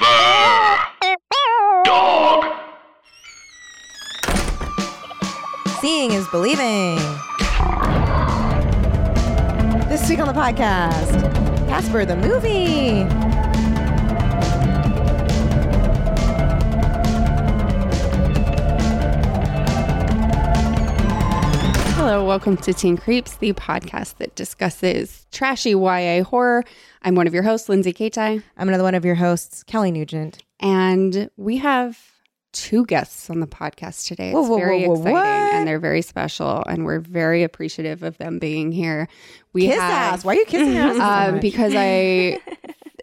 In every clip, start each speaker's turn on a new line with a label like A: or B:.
A: Forever. Dog.
B: Seeing is believing. This week on the podcast, Casper the movie.
C: Hello, welcome to Teen Creeps, the podcast that discusses trashy YA horror. I'm one of your hosts, Lindsay Kaitai,
B: I'm another one of your hosts, Kelly Nugent.
C: and we have two guests on the podcast today. It's
B: Whoa, whoa,
C: very
B: whoa, whoa,
C: exciting,
B: what?
C: and they're very special, and we're very appreciative of them being here. We
B: Kiss
C: have,
B: ass. Why are you kissing us? so
C: um,
B: much?
C: because I,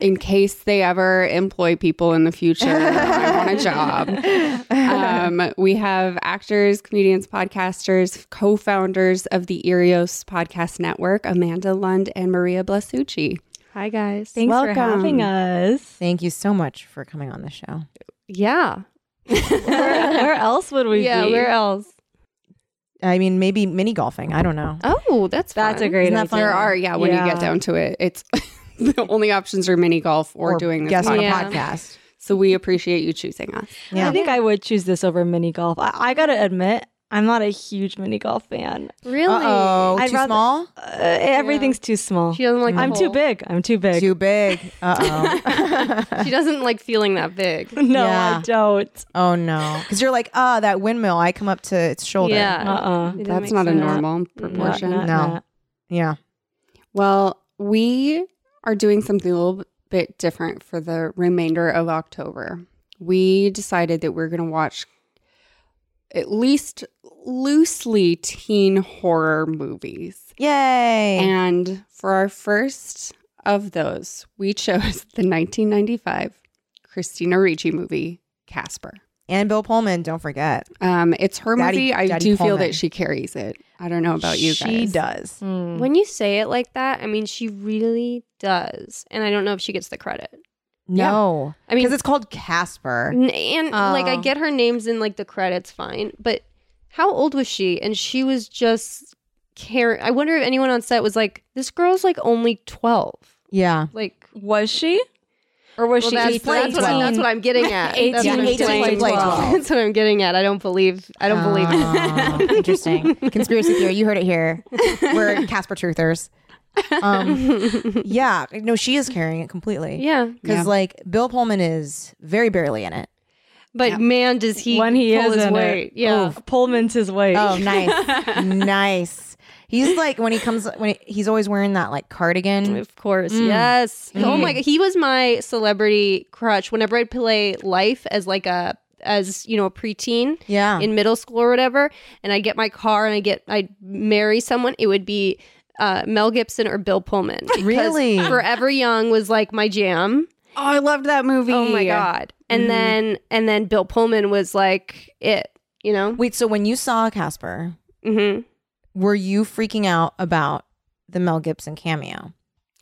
C: in case they ever employ people in the future, I want a job. Um, we have actors, comedians, podcasters, co founders of the Erios Podcast Network, Amanda Lund and Maria Blasucci.
D: Hi guys.
C: Thanks for Welcome. having
D: us.
B: Thank you so much for coming on the show.
D: Yeah. where, where else would we
C: Yeah,
D: be?
C: where
D: else?
B: I mean, maybe mini golfing. I don't know.
C: Oh, that's
D: That's a
C: fun.
D: great
B: Isn't that
D: idea.
B: fun?
C: There are, yeah, when you
D: Yeah.
C: get down to it, it's the only options are mini golf or, doing this
B: guest on a
C: podcast.
D: Yeah.
B: podcast.
C: So we appreciate you choosing us.
B: Yeah.
D: I think I would choose this over mini golf. I, I gotta admit, I'm not a huge mini golf fan.
C: Really?
B: Uh oh,
D: I'd
B: too
D: rather-
B: small,
D: Uh, everything's too small.
E: She doesn't like. the
D: I'm too
E: hole.
D: big. I'm too big.
B: too big. Uh oh.
E: She doesn't like feeling that big.
D: no,
B: Yeah.
D: I don't.
B: oh no, because you're like, ah, that windmill. I come up to its shoulder.
D: Uh
E: Yeah,
D: uh
E: It doesn't
C: That's
E: make
C: not a
E: sense.
C: normal proportion.
B: No. Yeah.
C: Well, we are doing something a little bit different for the remainder of October. We decided that we're going to watch at least loosely teen horror movies.
B: Yay.
C: And for our first of those, we chose the 1995 Christina Ricci movie, Casper.
B: and Bill Pullman, don't forget.
C: Um, it's her
B: Daddy-
C: movie. I
B: Daddy
C: do feel
B: Pullman.
C: that she carries it. I don't know about you guys.
B: She does.
E: When you say it like that, I mean, she really does, and I don't know if she gets the credit.
B: No.
E: I mean,
B: Because it's called Casper.
E: n- and like I
D: Oh.
E: get her names in like the credits, fine, but how old was she? And she was just care. I wonder if anyone on set was like, "This girl's like only 12.
B: Yeah.
E: Like,
D: was she? Or was
E: well,
D: she
E: that's,
D: 18?
E: that's what, I, that's what I'm getting at.
D: 18,
E: that's, what I'm
B: 18,
E: getting-
B: 12.
E: that's what I'm getting at. I don't believe. I don't believe.
B: Ah,
E: it.
B: interesting. Conspiracy theory. You heard it here. We're Casper truthers. Um, yeah. No, she is carrying it completely.
E: yeah,
B: Because,
C: Yeah.
B: like, Bill Pullman is very barely in it.
E: but man, does he
D: when he
E: pull
D: is
E: his
D: in
E: weight?
D: it.
E: Yeah.
D: Oof. Pullman's his weight.
B: Oh, nice. nice. He's like, when he comes, when he, he's always wearing that, like, cardigan.
E: Of course, yes. Oh my god, he was my celebrity crush. Whenever I'd play Life as like a as you know a preteen
B: Yeah.
E: in middle school or whatever, and I get my car and I get I would marry someone, it would be uh, Mel Gibson or Bill Pullman. because
B: Really?
E: Forever Young was like my jam.
C: Oh, I loved that movie.
E: Oh my god! And then and then Bill Pullman was like it. You know.
B: Wait, so when you saw Casper,
E: Mm-hmm.
B: were you freaking out about the Mel Gibson cameo?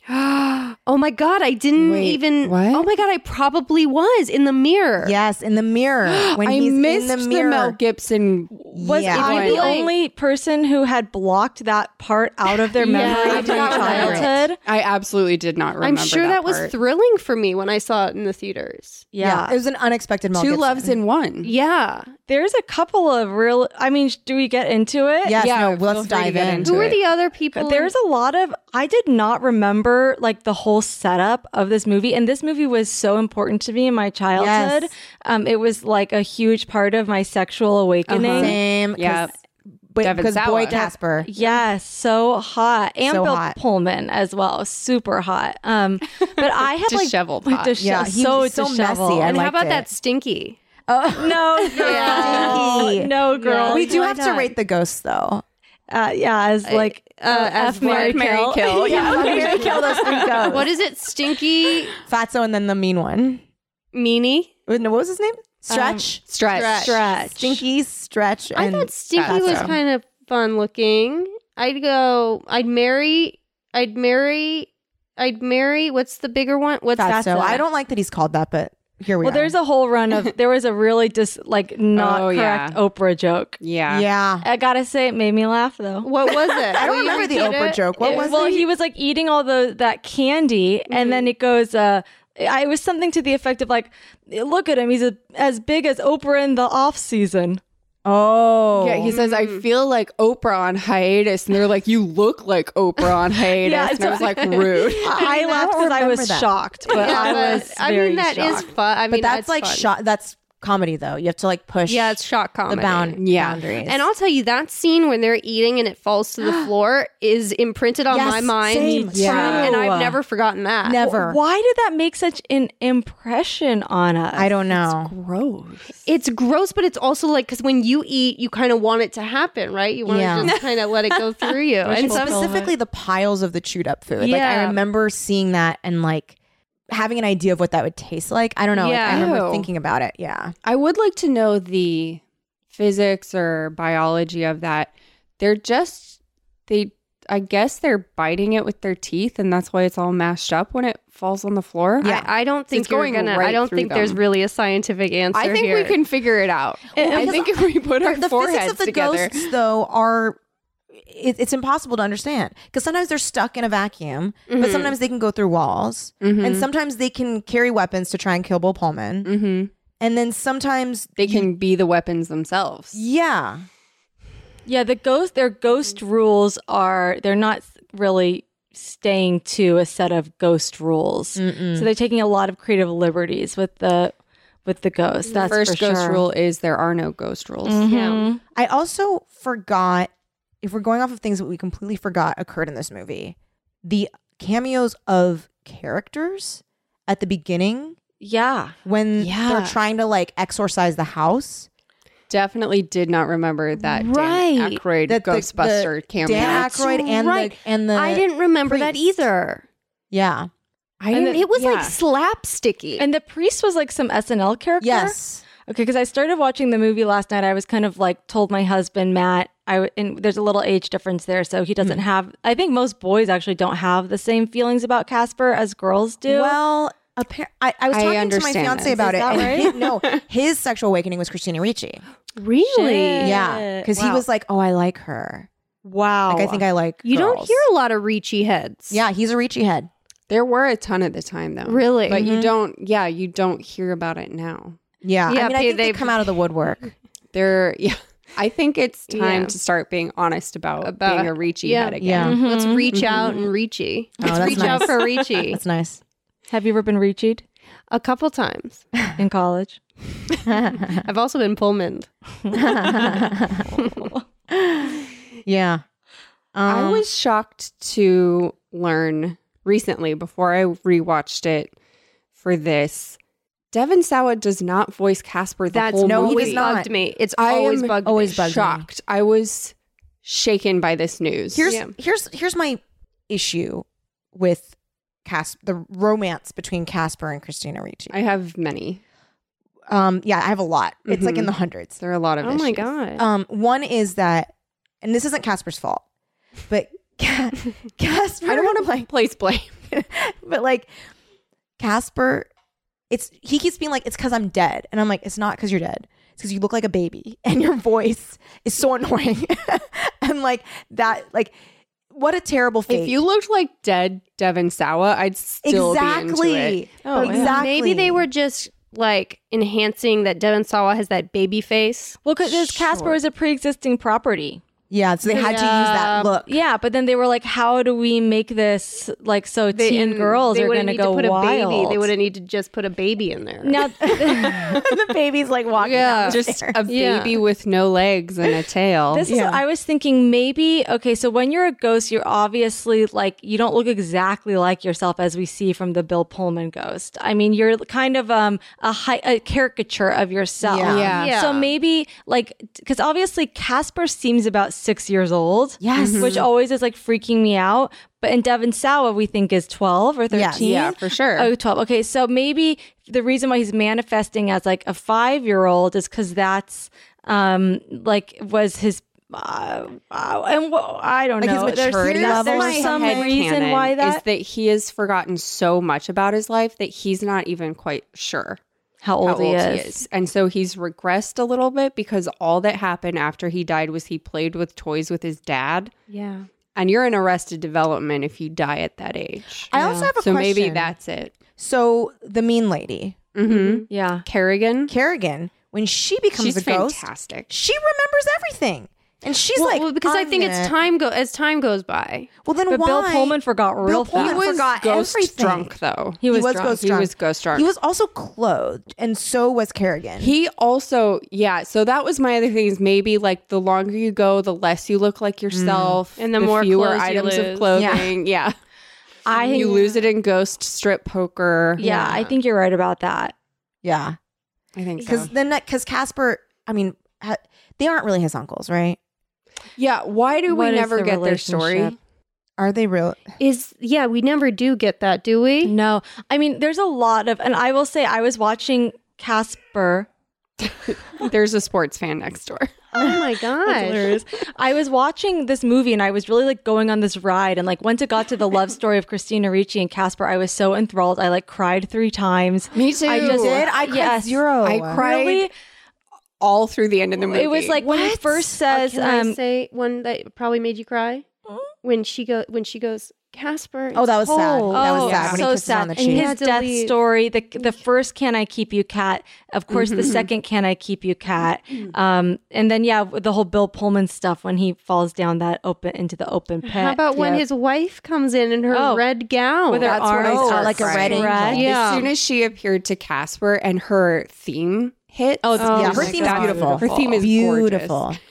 E: oh my god! I didn't
C: Wait,
E: even.
C: what?
E: Oh my god! I probably was in the mirror.
B: Yes, in the mirror. When
C: I
B: he's
C: missed
B: in the mirror.
C: Mel Gibson.
D: Was
B: Yeah.
D: I
E: I
D: the
E: like-
D: only person who had blocked that part out of their
E: Yeah,
D: memory
E: I
D: from
E: forgot about it.
D: childhood?
C: I absolutely did not remember.
E: I'm sure that, was
C: part.
E: thrilling for me when I saw it in the theaters.
B: yeah. it was an unexpected Mel
C: two
B: Gibson.
C: loves in one.
E: Yeah.
D: There's a couple of real. I mean, sh- do we get into it?
B: Yes,
C: Yeah,
B: no,
C: feel
B: let's
C: free to
B: dive
C: get
B: in.
C: into
E: Who
C: it.
E: are the other people?
D: There's a lot of. I did not remember like the whole setup of this movie, and this movie was so important to me in my childhood.
B: Yes.
D: Um, it was like a huge part of my sexual awakening.
B: Same.
C: Yeah. Devin
B: Because boy
C: Sawa.
B: Casper.
D: Yes, so hot, and
B: So
D: Bill
B: hot.
D: Pullman as well, super hot. Um, but I had like
C: Disheveled hot.
D: dishe-
B: Yeah, he
D: so
B: was so messy.
D: disheveled.
B: I
E: and how
B: liked
E: about
B: it.
E: that stinky?
D: No,
B: Stinky.
D: girl. no, girl.
B: Oh, we do
E: why
B: have to
E: not?
B: rate the ghosts though.
D: Uh, yeah, as like uh,
E: as
D: F Mary,
E: Black Mary
D: Kill.
E: Kill,
B: Yeah,
D: Oh,
B: we're gonna kill those three ghosts.
E: What is it? Stinky
B: Fatso and then the mean one.
E: meanie?
B: Wait, no, What was his name? Stretch.
C: Stretch.
D: Stretch.
B: Stinky Stretch.
E: I
B: and
E: thought stinky was
B: Fatso.
E: kind of fun looking. I'd go. I'd marry. I'd marry. I'd marry. What's the bigger one? What's
B: Fatso.
E: that?
B: I don't like that he's called that, but here we
D: Well,
B: are.
D: there's a whole run of there was a really just like not
C: Oh, yeah.
D: correct Oprah joke.
C: Yeah.
B: yeah.
D: I gotta say, it made me laugh though.
E: What was it?
B: I don't
E: Will you
B: remember the
E: repeat
B: Oprah
E: it?
B: joke. What was
D: well,
B: it?
D: Mm-hmm. he was like eating all the that candy, and then it goes, uh, I it was something to the effect of like, look at him, he's a, as big as Oprah in the off season.
B: Oh.
C: Yeah, he says, I feel like Oprah on hiatus. And they're like, You look like Oprah on hiatus.
D: Yeah,
C: and I was like, Rude.
D: I,
B: mean, I
D: laughed
B: don't
D: because I was
B: remember that.
D: shocked, but I
E: but-
D: was.
E: I
D: very
E: mean, that is
D: shocked.
E: fun. I
B: but
E: mean,
B: that's like
E: fun.
B: shot. That's comedy though. You have to like push.
E: Yeah, it's shock
B: the
E: comedy.
B: bound
C: Yeah.
B: boundaries.
E: And I'll tell you that scene when they're eating and it falls to the floor is imprinted on
B: Yes,
E: my mind.
B: same. Me
E: Yeah.
D: too.
E: And I've never forgotten that.
B: never.
D: Why did that make such an impression on us?
B: I don't know.
C: Gross.
E: It's gross, but it's also like because when you eat, you kind of want it to happen, right? You want
B: Yeah.
E: to just kind of let it go through you. and
B: And
E: some-
B: specifically the piles of the chewed up food. Like I
E: Yeah.
B: remember seeing that and like having an idea of what that would taste like. I don't know. Like, I
E: Yeah.
B: remember
C: Ew.
B: thinking about it. Yeah.
C: I would like to know the physics or biology of that. They're just, they, I guess they're biting it with their teeth. And that's why it's all mashed up when it falls on the floor.
B: Yeah.
E: I, I don't think
C: It's
E: you're
C: going
E: gonna.
C: right
E: I don't
C: through
E: think there's
C: them.
E: really a scientific answer.
C: I, I think we
E: here.
C: can figure it out. I think if we put our
B: the physics
C: foreheads
B: of the
C: together.
B: ghosts though are it, it's impossible to understand because sometimes they're stuck in a vacuum but
C: Mm-hmm.
B: sometimes they can go through walls and sometimes they can carry weapons to try and kill bill pullman
C: hmm
B: and then sometimes
C: They can be the weapons themselves.
B: yeah
D: Yeah, the ghost their ghost rules are they're not really staying to a set of ghost rules.
B: Mm.
D: So they're taking a lot of creative liberties with the with the ghost. That's
C: First
D: for
C: ghost
D: sure.
C: rule is there are no ghost rules.
D: Mhm.
B: i also forgot if we're going off of things that we completely forgot occurred in this movie the cameos of characters at the beginning
D: Yeah.
B: when
C: Yeah.
B: they're trying to like exorcise the house
C: Definitely did not remember that Dan
E: Right.
C: Aykroyd
B: That the-
C: Ghostbuster
B: the
C: cameo.
B: Dan
E: That's
B: Aykroyd and
E: right.
B: the
C: Uh,
B: and the
E: I didn't remember that
B: priest.
E: either.
B: yeah
C: I
E: And it was like
C: yeah.
E: slapsticky.
D: And the priest was like some SNL character.
B: yes
D: Okay, because I started watching the movie last night. I was kind of like told my husband Matt. I w- and there's a little age difference there, so
B: Hmm.
D: he doesn't have. I think most boys actually don't have the same feelings about Casper as girls do.
B: Well, appar- I, I was talking
C: I
B: to my
C: understand
B: fiance
C: this.
B: about
D: Is
B: it.
D: that
B: and
D: right?
B: his- no, his sexual awakening was Christina Ricci.
E: really,
B: Yeah, because he
D: Wow.
B: was like, "Oh, I like her.
D: wow.
B: Like,
C: Oh.
B: I think I like."
E: you don't
B: girls."
E: hear a lot of Ricci heads.
B: Yeah, he's a Ricci head.
C: there were a ton at the time though.
E: Really?
C: But you don't yeah, you don't hear about it now.
B: Yeah, I
E: Yeah,
B: mean, I
E: they-
B: think they
E: they-
B: come out of the woodwork.
C: There yeah. I think it's time
E: Yeah.
C: to start being honest about,
E: About-
C: being a Ricci
E: yeah.
C: head
B: Yeah,
D: Mhm.
E: Mhm. Let's reach out and Ricci. Let's
B: that's
E: reach out
B: nice.
E: for Ricci
B: that's nice.
D: Have you ever been reachied
E: a couple times.
D: in college?
E: I've also been Pullman.
B: Yeah, Um,
C: I
E: Um,
C: was shocked to learn recently before I rewatched it for this. Devin Sawa does not voice Casper the
E: That's
C: whole
B: no, he
C: movie.
E: always
B: does not.
E: bugged me. It's
C: I
E: always
C: am
E: bugged
B: always
E: me.
B: bugged me.
C: shocked. I was shaken by this news.
B: here's
E: Yeah.
B: here's here's my issue with Cas the romance between Casper and Christina Ricci.
C: I have many.
B: um, yeah, I have a lot. It's like in
C: Mhm.
B: the hundreds.
C: There are a lot of
E: Oh my
C: issues.
E: god.
B: Um, one is that, and this isn't Casper's fault, but Ca- Casper.
C: I don't want to
B: like,
C: place blame.
B: but like Casper, it's he keeps being like, it's because I'm dead, and I'm like, it's not because you're dead. It's because you look like a baby, and your voice is so annoying, and like that, like what a terrible fate.
C: If you looked like dead Devin Sawa, I'd still
B: exactly,
C: be into it.
D: Oh, yeah.
B: exactly.
E: Maybe they were just like enhancing that Devon Sawa has that baby face.
D: Well, because Casper was a pre-existing property.
B: yeah. So they had to use that
E: Yeah.
B: look.
D: Yeah, but then they were like, "How do we make this like so teen girls
E: they
D: are
E: wouldn't
D: going to
E: need
D: go
E: put
D: wild?"
E: A baby. They wouldn't need to just put a baby in there.
D: now.
B: the baby's like walking.
E: Yeah.
C: Just a
E: Yeah.
C: baby with no legs and a tail.
D: This is I was thinking maybe okay, so when you're a ghost, you're obviously like you don't look exactly like yourself as we see from the Bill Pullman ghost. I mean, you're kind of um a, hi- a caricature of yourself.
B: Yeah.
C: Yeah.
E: Yeah.
D: So maybe like cuz obviously Casper seems about 6 years old.
B: Yes.
D: Which always is like freaking me out, but in Devon Sawa we think is 12 or 13.
B: Yes.
C: yeah, for sure.
D: Oh, 12. Okay. So maybe the reason why he's manifesting as like a five year old is because that's um like was his. Uh, uh, and wha- I don't
B: Like his
D: know. There's-
B: maturity
D: there's,
B: level?
D: there's some
C: head
D: reason
C: canon
D: why
C: is
D: that.
C: that he has forgotten so much about his life that he's not even quite sure
D: how old,
C: how
D: he,
C: old
D: is.
C: he is. And so he's regressed a little bit because all that happened after he died was he played with toys with his dad
E: Yeah.
C: and you're in arrested development if you die at that age.
B: I also have a
C: so
B: question.
C: maybe that's it.
B: so the mean lady
C: Mm-hmm.
D: Yeah.
C: Kerrigan,
B: Kerrigan when she becomes
C: she's
B: a ghost,
C: fantastic.
B: she remembers everything, and she's
E: well,
B: like,
E: well, because I
B: "I'm
E: think
B: it."
E: it's time go as time goes by.
B: Well, then
D: But
B: why?
D: Bill Pullman forgot real
B: Pullman
D: fast.
B: was- forgot
C: ghost
B: everything.
C: drunk though.
D: He
B: He
D: was,
B: was
D: drunk.
B: ghost
C: He
B: drunk.
C: was ghost drunk.
B: He was also clothed, and so was Kerrigan.
C: He also, yeah. So that was my other thing is maybe like the longer you go, the less you look like yourself,
E: And the more
C: fewer
E: clothes you
C: items of
E: lose.
C: clothing. Yeah,
D: I think
C: you lose it in ghost strip poker.
D: Yeah, I think you're right about that.
B: yeah,
C: I think
B: because
C: so.
B: then because Casper, I mean, ha- they aren't really his uncles, right?
C: Yeah, why do we
D: What is
C: never
D: the
C: get their story?
D: relationship?
B: Are they real?
E: Is yeah, we never do get that, do we?
D: No, I mean, there's a lot of, and I will say, I was watching Casper.
C: There's a sports fan next door.
E: Oh my
D: That's
E: gosh.
D: hilarious. I was watching this movie and I was really like going on this ride. And like once it got to the love story of Christina Ricci and Casper, I was so enthralled. I like cried three times.
C: Me too.
D: I just
B: Did I cried
D: Yes.
B: zero?
C: I cried
D: Really?
C: all through the end of the movie.
D: It was like when he
E: What?
D: first
B: Oh,
D: says,
E: Can I
D: um,
E: say one that probably made you cry? When she go when she goes, Casper.
B: Oh, that was sad.
E: cold."
B: That was
D: Oh,
B: sad. When he kisses her
D: so
B: on
D: sad.
B: the
D: And
B: cheek.
E: Yeah,
D: his death
E: delete.
D: story, the the first "Can I Keep You Cat," of course,
B: Mm-hmm.
D: the second "Can I Keep You Cat,"
B: Mm.
D: um, and then yeah, the whole Bill Pullman stuff when he falls down that open into the open pit.
E: How about when
C: Yep.
E: his wife comes in in her
D: Oh.
E: red gown?
D: With her
B: That's when I
D: arms
B: saw
D: are
B: like a red
D: spread.
B: angel.
E: Yeah.
C: as soon as she appeared to Casper and her theme hit.
D: Oh, it's-
B: yeah,
D: Oh
B: her
D: my
B: theme is
D: God.
B: beautiful.
C: Her theme is
B: beautiful.
C: gorgeous.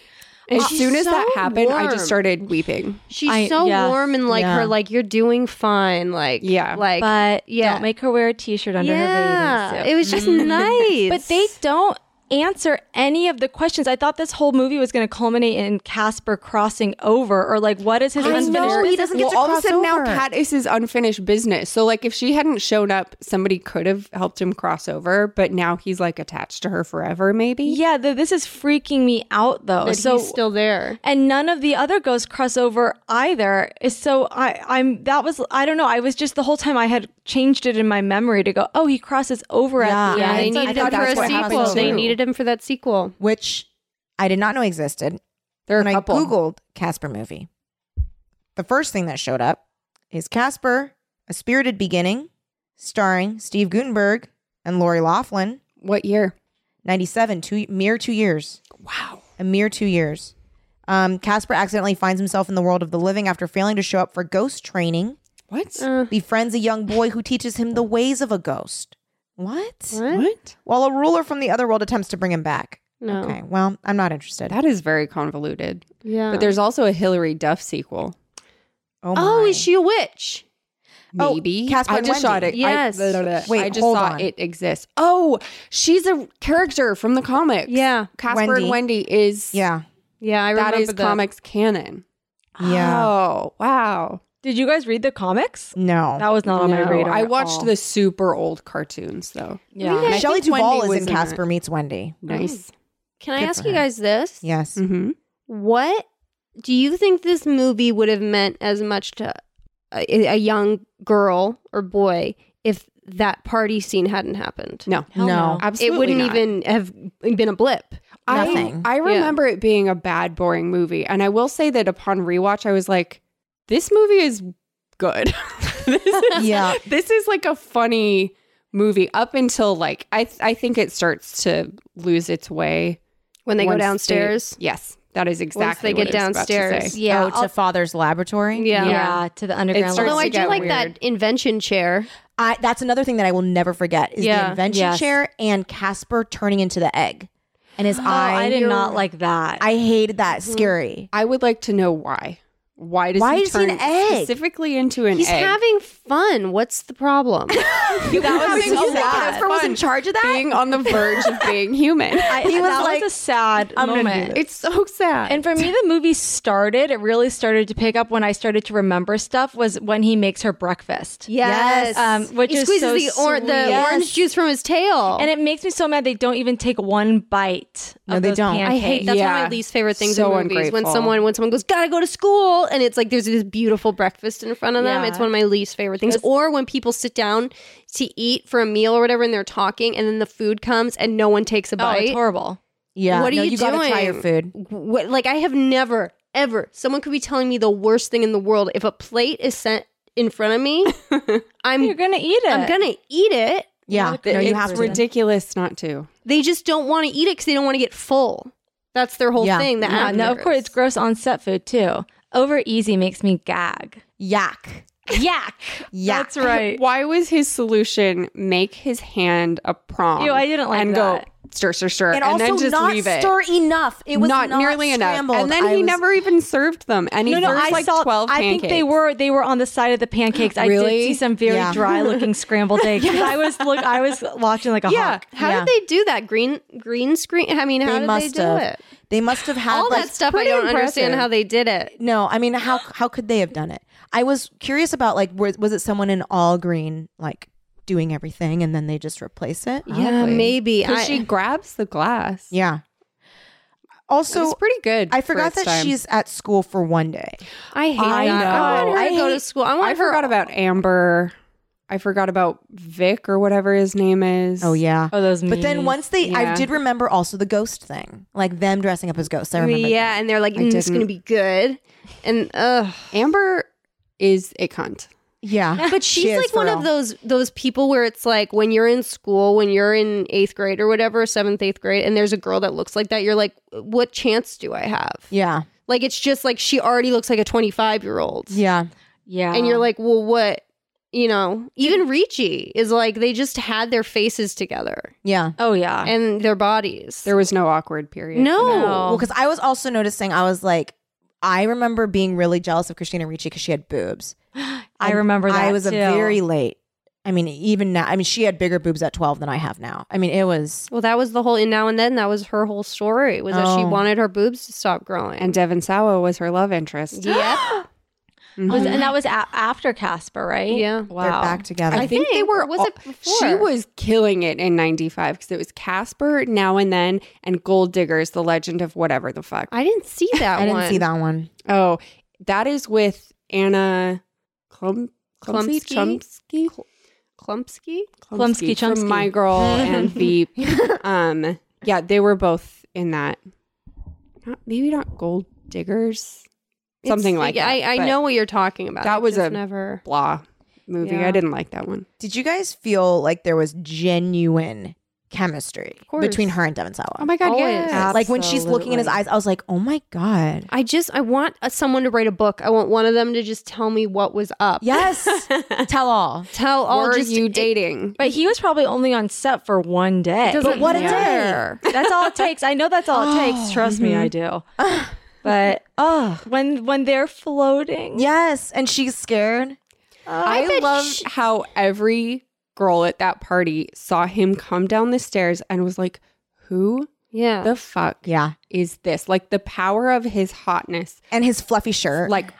C: As
E: she's
C: soon as
E: so
C: that happened, I
E: warm.
C: just started weeping.
E: She's
D: I-
E: so
D: yes.
E: warm and like
B: Yeah.
E: her, like you're doing fine, like
C: Yeah.
E: like
D: but
E: yeah.
D: don't make her wear a t-shirt under her
E: yeah,
D: bathing suit.
E: it was just nice.
D: But they don't answer any of the questions. I thought this whole movie was going to culminate in Casper crossing over or like what is his
B: I
D: unfinished
B: know, he
D: business?
B: doesn't get to
C: all of a
B: cross
C: sudden
B: over.
C: now Cat is his unfinished business. So like if she hadn't shown up, somebody could have helped him cross over, but now he's like attached to her forever, maybe.
D: Yeah, th- this is freaking me out though.
E: But
D: so
E: he's still there.
D: and none of the other ghosts cross over either. Is so I I'm that was I don't know. I was just the whole time I had changed it in my memory to go. Oh, he crosses over
B: Yeah.
D: at the
E: Yeah, they
D: end.
B: I
E: needed
B: thought
E: him for
B: that's
E: a
B: what happened
E: sequel. They
B: too.
E: needed him for that sequel.
B: which I did not know existed.
C: There are
B: When
C: a
B: I
C: couple.
B: Googled Casper movie, the first thing that showed up is Casper, A Spirited Beginning, starring Steve Gutenberg and Lori Laughlin,
C: What year?
B: 97, two, mere two years.
C: Wow.
B: A mere two years. Um, Casper accidentally finds himself in the world of the living after failing to show up for ghost training,
C: What?
B: befriends a young boy who teaches him the ways of a ghost. What?
E: What?
C: what?
B: While a ruler from the other world attempts to bring him back.
E: No.
B: Okay, well, I'm not interested.
C: That is very convoluted.
E: Yeah.
C: But there's also a Hillary Duff sequel.
B: Oh,
E: oh,
B: my.
E: is she a witch?
B: Oh,
C: Maybe.
B: Casper
C: I
B: and
C: just saw
B: Wendy.
C: it.
E: Yes.
C: I, blah, blah, blah.
B: Wait,
C: I just
B: hold
C: saw
B: on.
C: it exists. Oh, she's a character from the comics.
E: Yeah.
C: Casper
B: Wendy.
C: and Wendy is
B: Yeah.
E: Yeah, I
C: that
E: remember
C: is
E: that.
C: comics canon.
B: Yeah.
C: Oh, wow.
D: Did you guys read the comics?
B: No.
D: That was not on my
C: No,
D: radar.
C: I
D: at
C: watched
D: all.
C: the super old cartoons though.
D: Yeah.
C: And I
B: Shelley
C: think
B: Duvall
C: Wendy
B: is
C: was
B: in
C: in
B: Casper Meets Wendy.
C: Nice.
E: Can I
B: Good
E: ask
B: for
E: you
B: her.
E: guys this?
B: Yes.
C: Mm-hmm.
E: What do you think this movie would have meant as much to a, a young girl or boy if that party scene hadn't happened?
C: No,
D: Hell
B: No.
C: absolutely.
E: it wouldn't
C: not.
E: even have been a blip.
C: I,
B: Nothing.
C: I remember it being a bad, boring movie, and I will say that upon rewatch, I was like, "This movie is good. this is,
B: Yeah.
C: this is like a funny movie." Up until like, I I think it starts to lose its way
E: When they
C: once
E: go downstairs.
C: yes, that is exactly
E: they
C: what
E: get
C: I was about to
E: downstairs.
C: say.
D: Yeah,
B: Oh, to Father's Laboratory.
E: yeah.
D: Uh, yeah. to the
C: It
D: underground.
C: starts
E: Although
D: level.
E: I
C: to
E: do
C: get
E: like
C: weird.
E: that invention chair.
B: I, that's another thing that I will never forget is the
E: Yeah.
B: invention
D: Yes.
B: chair and Casper turning into the egg, and his
D: Oh,
B: eye.
D: I did not like that.
B: I hated that. Scary.
C: I would like to know why. Why does
B: Why
C: he
B: is he
C: turn
B: an egg?
C: specifically into an
E: He's
C: egg?
E: having fun. What's the problem?
C: that
B: Having so sad. Casper was in charge of that.
C: being on the verge of being human.
D: I,
B: He was
D: that
B: like,
D: was a sad
B: "I'm gonna do
D: moment.
B: this."
C: it's so sad.
D: And for me, the movie started. It really started to pick up when I started to remember stuff. Was when he makes her breakfast.
B: Yes.
D: Um, which
E: he
D: is
E: squeezes
D: so
E: the, or- the
D: sweet.
E: orange juice from his tail.
D: And it makes me so mad they don't even take one bite.
B: No,
D: of
B: they
D: those
B: don't. I
E: I
D: pancakes.
E: hate that's one
C: Yeah.
E: of my least favorite things
C: So
E: in movies when
C: ungrateful.
E: someone when someone goes gotta go to school and it's like there's this beautiful breakfast in front of them.
D: Yeah.
E: It's one of my least favorite things. or when people sit down to eat for a meal or whatever and they're talking and then the food comes and no one takes a
D: Oh,
E: bite.
D: it's horrible.
B: yeah.
E: What are
B: no,
E: you
B: you gotta try your food.
E: Wh- like I have never ever. Someone could be telling me the worst thing in the world. If a plate is sent in front of me, I'm
D: You're gonna eat it.
E: I'm gonna eat it.
B: Yeah,
D: No,
B: no,
D: it's
B: you have
C: It's
B: to.
C: ridiculous not to.
E: They just don't want to eat it because they don't want to get full. That's their whole
B: Yeah.
E: thing. The
D: Yeah,
E: ad
D: no, of course it's gross on set food too. Over easy makes me gag.
B: Yak,
D: Yak.
B: yak.
D: That's right.
C: Why was his solution make his hand a prong?
D: Ew, I didn't like
C: and
D: that.
C: go stir, stir, stir,
B: and,
C: and,
B: also
C: then just
B: not
C: leave it.
B: stir enough. It was
C: not, nearly
B: scrambled.
C: enough. And then
B: I
C: he
B: was-
C: never even served them. And he
D: No, no,
C: served
D: I
C: like
D: saw.
C: twelve.
D: I think they
C: pancakes.
D: were they were on the side of the pancakes. I did
C: Really?
D: see some very
B: Yeah.
D: dry looking scrambled eggs. 'cause I was look, I was watching like a
C: Yeah.
D: hawk.
E: How
B: Yeah.
E: did they do that? Green green screen. I mean, how
B: They
E: did
B: must
E: they do
B: have.
E: it?
B: They must have had
E: All
B: like,
E: that stuff. I
C: pretty
E: don't understand
C: impressive.
E: how they did it.
B: No, I mean, how how could they have done it? I was curious about like, was, was it someone in all green like doing everything, and then they just replace it?
E: Yeah, maybe. I,
C: Because she grabs the glass.
B: Yeah.
C: So
B: Also,
C: it's pretty good.
B: I
C: for
B: forgot
C: its
B: that
C: time.
B: she's at school for one day.
E: I hate
C: I
E: that. I
C: know.
E: want her
C: I
E: to go to
C: hate-
E: school. I want
C: I
E: her.
C: forgot about Amber. I forgot about Vic or whatever his name is.
B: Oh yeah.
D: Oh, those.
B: But then
D: memes.
B: once they, I
C: Mm, Yeah.
B: did remember also the ghost thing, like them dressing up as ghosts. I remember.
E: Yeah, and they're like, mm, it's
C: didn't.
E: gonna be good. And ugh.
C: Amber is a cunt.
B: yeah.
E: But
B: She
E: she's
B: is
E: like one
B: for
E: of
B: real.
E: those those people where it's like when you're in school, when you're in eighth grade or whatever, seventh, eighth grade, and there's a girl that looks like that, you're like, what chance do I have?
B: Yeah.
E: Like it's just like she already looks like a 25 year old.
B: Yeah.
D: yeah,
E: And you're like, well, what? You know, even Ricci is like they just had their faces together
B: Yeah.
D: oh yeah,
E: and their bodies.
C: There was no awkward period.
E: no.
D: No.
B: Well, because I was also noticing, I was like, I remember being really jealous of Christina Ricci because she had boobs.
D: I
B: And
D: remember that.
B: I was a
D: too.
B: very late. I mean, even now, I mean, she had bigger boobs at 12 than I have now. I mean, it was.
E: Well, that was the whole in now and then. That was her whole story was that she
B: Oh.
E: wanted her boobs to stop growing.
C: And Devin Sawa was her love interest.
E: yep.
C: Mhm.
D: Was- and that was a- after Casper, right?
E: Yeah.
D: Wow.
B: They're back together.
C: I think they were.
E: Was
C: all-
E: it before?
C: She was killing it in '95 because it was Casper, Now and Then, and Gold Diggers: The Legend of Whatever the Fuck.
E: I didn't see that.
B: I didn't
E: one.
B: see that one.
C: oh, that is with Anna Klum, Klumsky,
E: Klumsky?
C: Chumsky,
E: Klumpsky.
D: Klumsky, Chumsky.
C: from My Girl and Veep. Um, yeah, they were both in that. Not, maybe not Gold Diggers, something
E: It's-
C: like
E: yeah,
C: that.
E: I, I
C: but
E: know what you're talking about.
C: That
E: It
C: was
E: just
C: a-
E: never.
C: blah movie.
E: Yeah.
C: I didn't like that one.
B: Did you guys feel like there was genuine chemistry
E: course.
B: between her and Devin Sawa?
C: Oh my god,
E: Always.
C: yes.
B: like when she's looking in his
D: Absolutely.
B: eyes, I was like, oh my God.
E: I just I want uh someone to write a book. I want one of them to just tell me what was up.
B: Yes. Tell all.
E: Tell all
C: Are
E: just
C: you
E: it-
C: dating?
D: But he was probably only on set for one day.
E: doesn't
B: But what a day.
E: matter.
D: That's all it takes. I know that's all it takes. Trust me, I do. But
B: Oh.
D: when when they're floating,
B: Yes. And she's scared.
C: I, love how every girl at that party saw him come down the stairs and was like, "Who
E: Yeah.
C: the fuck
B: Yeah.
C: is this?" Like the power of his hotness,
B: And his fluffy shirt.
C: like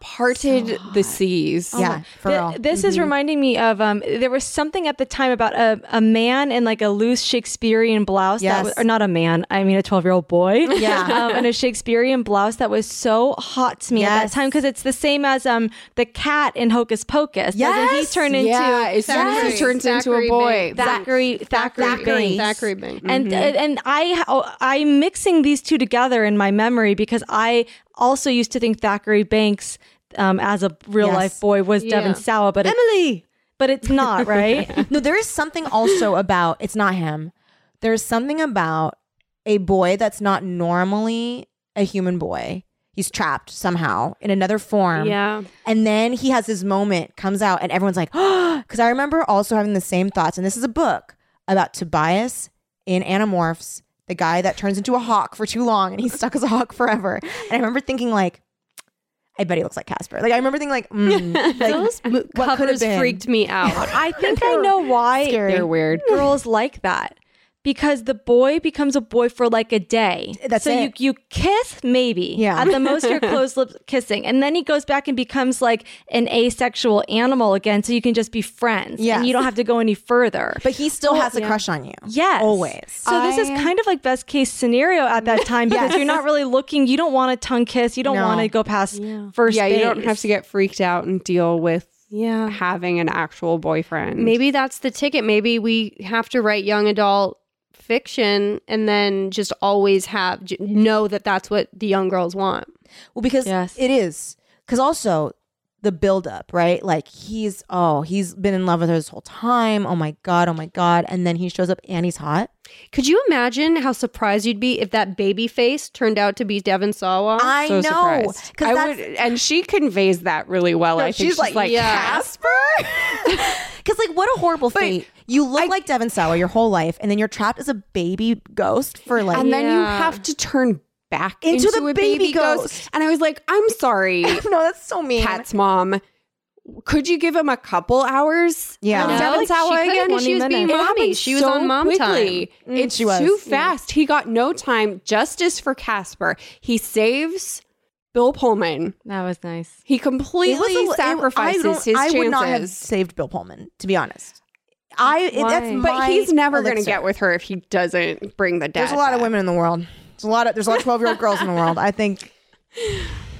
C: parted the seas.
B: yeah. For
D: Oh Th-
B: real. Mm-hmm.
D: this is reminding me of um. There was something at the time about a, a man in like a loose Shakespearean blouse. That
B: Yes.
D: was, or not a man. I mean a twelve year old boy.
B: Yeah.
D: Um, in a Shakespearean blouse that was so hot to me at that
B: Yes.
D: time because it's the same as um the cat in Hocus Pocus. Doesn't he
B: Yes.
D: turn into
C: yeah, as soon as he
E: Zachary-
C: turns into
E: Zachary
C: a boy.
E: Banks.
D: Thackeray Thackeray, Banks.
E: Zachary Banks.
D: and
B: Mm-hmm.
D: and I oh, I'm mixing these two together in my memory because I also used to think Thackeray Banks um, as a real
B: Yes.
D: life boy was
E: Yeah.
D: Devin Sawa, but it,
B: Emily.
D: but it's not right.
B: No, there is something also about it's not him. There's something about a boy that's not normally a human boy. He's trapped somehow in another form.
E: Yeah.
B: And then he has his moment, comes out, and everyone's like, oh, because I remember also having the same thoughts. And this is a book about Tobias in Animorphs, the guy that turns into a hawk for too long and he's stuck as a hawk forever. And I remember thinking, like, I bet he looks like Casper. Like, I remember thinking, like, mm, like,
E: Those mo-
B: what could have
E: covers
B: been?
E: freaked me out.
D: I think I know why
C: They're weird.
D: girls like that because the boy becomes a boy for like a day.
B: That's
D: so
B: it.
D: you you kiss maybe
B: Yeah.
D: at the most you're closed lip kissing, and then he goes back and becomes like an asexual animal again, so you can just be friends.
B: Yes.
D: and you don't have to go any further.
B: but he still has a crush on you.
D: Yes.
B: Always.
D: So this is
C: I-
D: kind of like best case scenario at that time because you're not really looking. You don't want a tongue kiss. You don't
B: No.
D: want to go past first.
C: Yeah, you don't
D: base.
C: have to get freaked out and deal with
E: yeah.
C: having an actual boyfriend.
E: Maybe that's the ticket. Maybe we have to write young adult fiction and then just always have j- know that that's what the young girls want.
B: Well, because
D: Yes.
B: it is. Because also the buildup, right? Like he's, oh, he's been in love with her this whole time. Oh my God. Oh my God. And then he shows up and he's hot.
E: Could you imagine how surprised you'd be if that baby face turned out to be Devin Sawa?
B: I
C: so
B: know.
C: surprised.
B: Because
C: I would, and she conveys that really well. I think she's, like,
E: yeah.
B: Casper? Because, like, what a horrible fate. You look like Devin Sauer your whole life, and then you're trapped as a baby ghost for like.
C: and then you
E: Yeah.
C: have to turn back
B: Into
C: into,
B: the
C: a
B: baby
C: baby, ghost.
B: ghost.
C: And I was like, I'm sorry,
B: no, that's so mean.
C: Cat's mom. Could you give him a couple hours?
B: Yeah.
C: on
B: No,
C: Devin
E: like, she
C: Sawa
E: could've
C: again.
E: when she was being
C: It
E: mommy.
C: happened
E: She was
C: so
E: on mom
C: quickly.
B: Mm,
C: It's
B: she was.
C: too fast. He got no time. Justice for Casper. He saves Bill Pullman.
D: That was nice.
C: He
B: It
C: completely
B: was a li- it-
C: sacrifices
B: I don't-
C: his
B: I
C: chances.
B: would not have saved Bill Pullman, to be honest. I it, that's
D: Why?
B: my
C: but he's never going to
B: elixir.
C: get with her if he doesn't bring the dad.
B: There's a lot of
C: back.
B: women in the world. There's a lot of there's a lot of twelve year old girls in the world. I think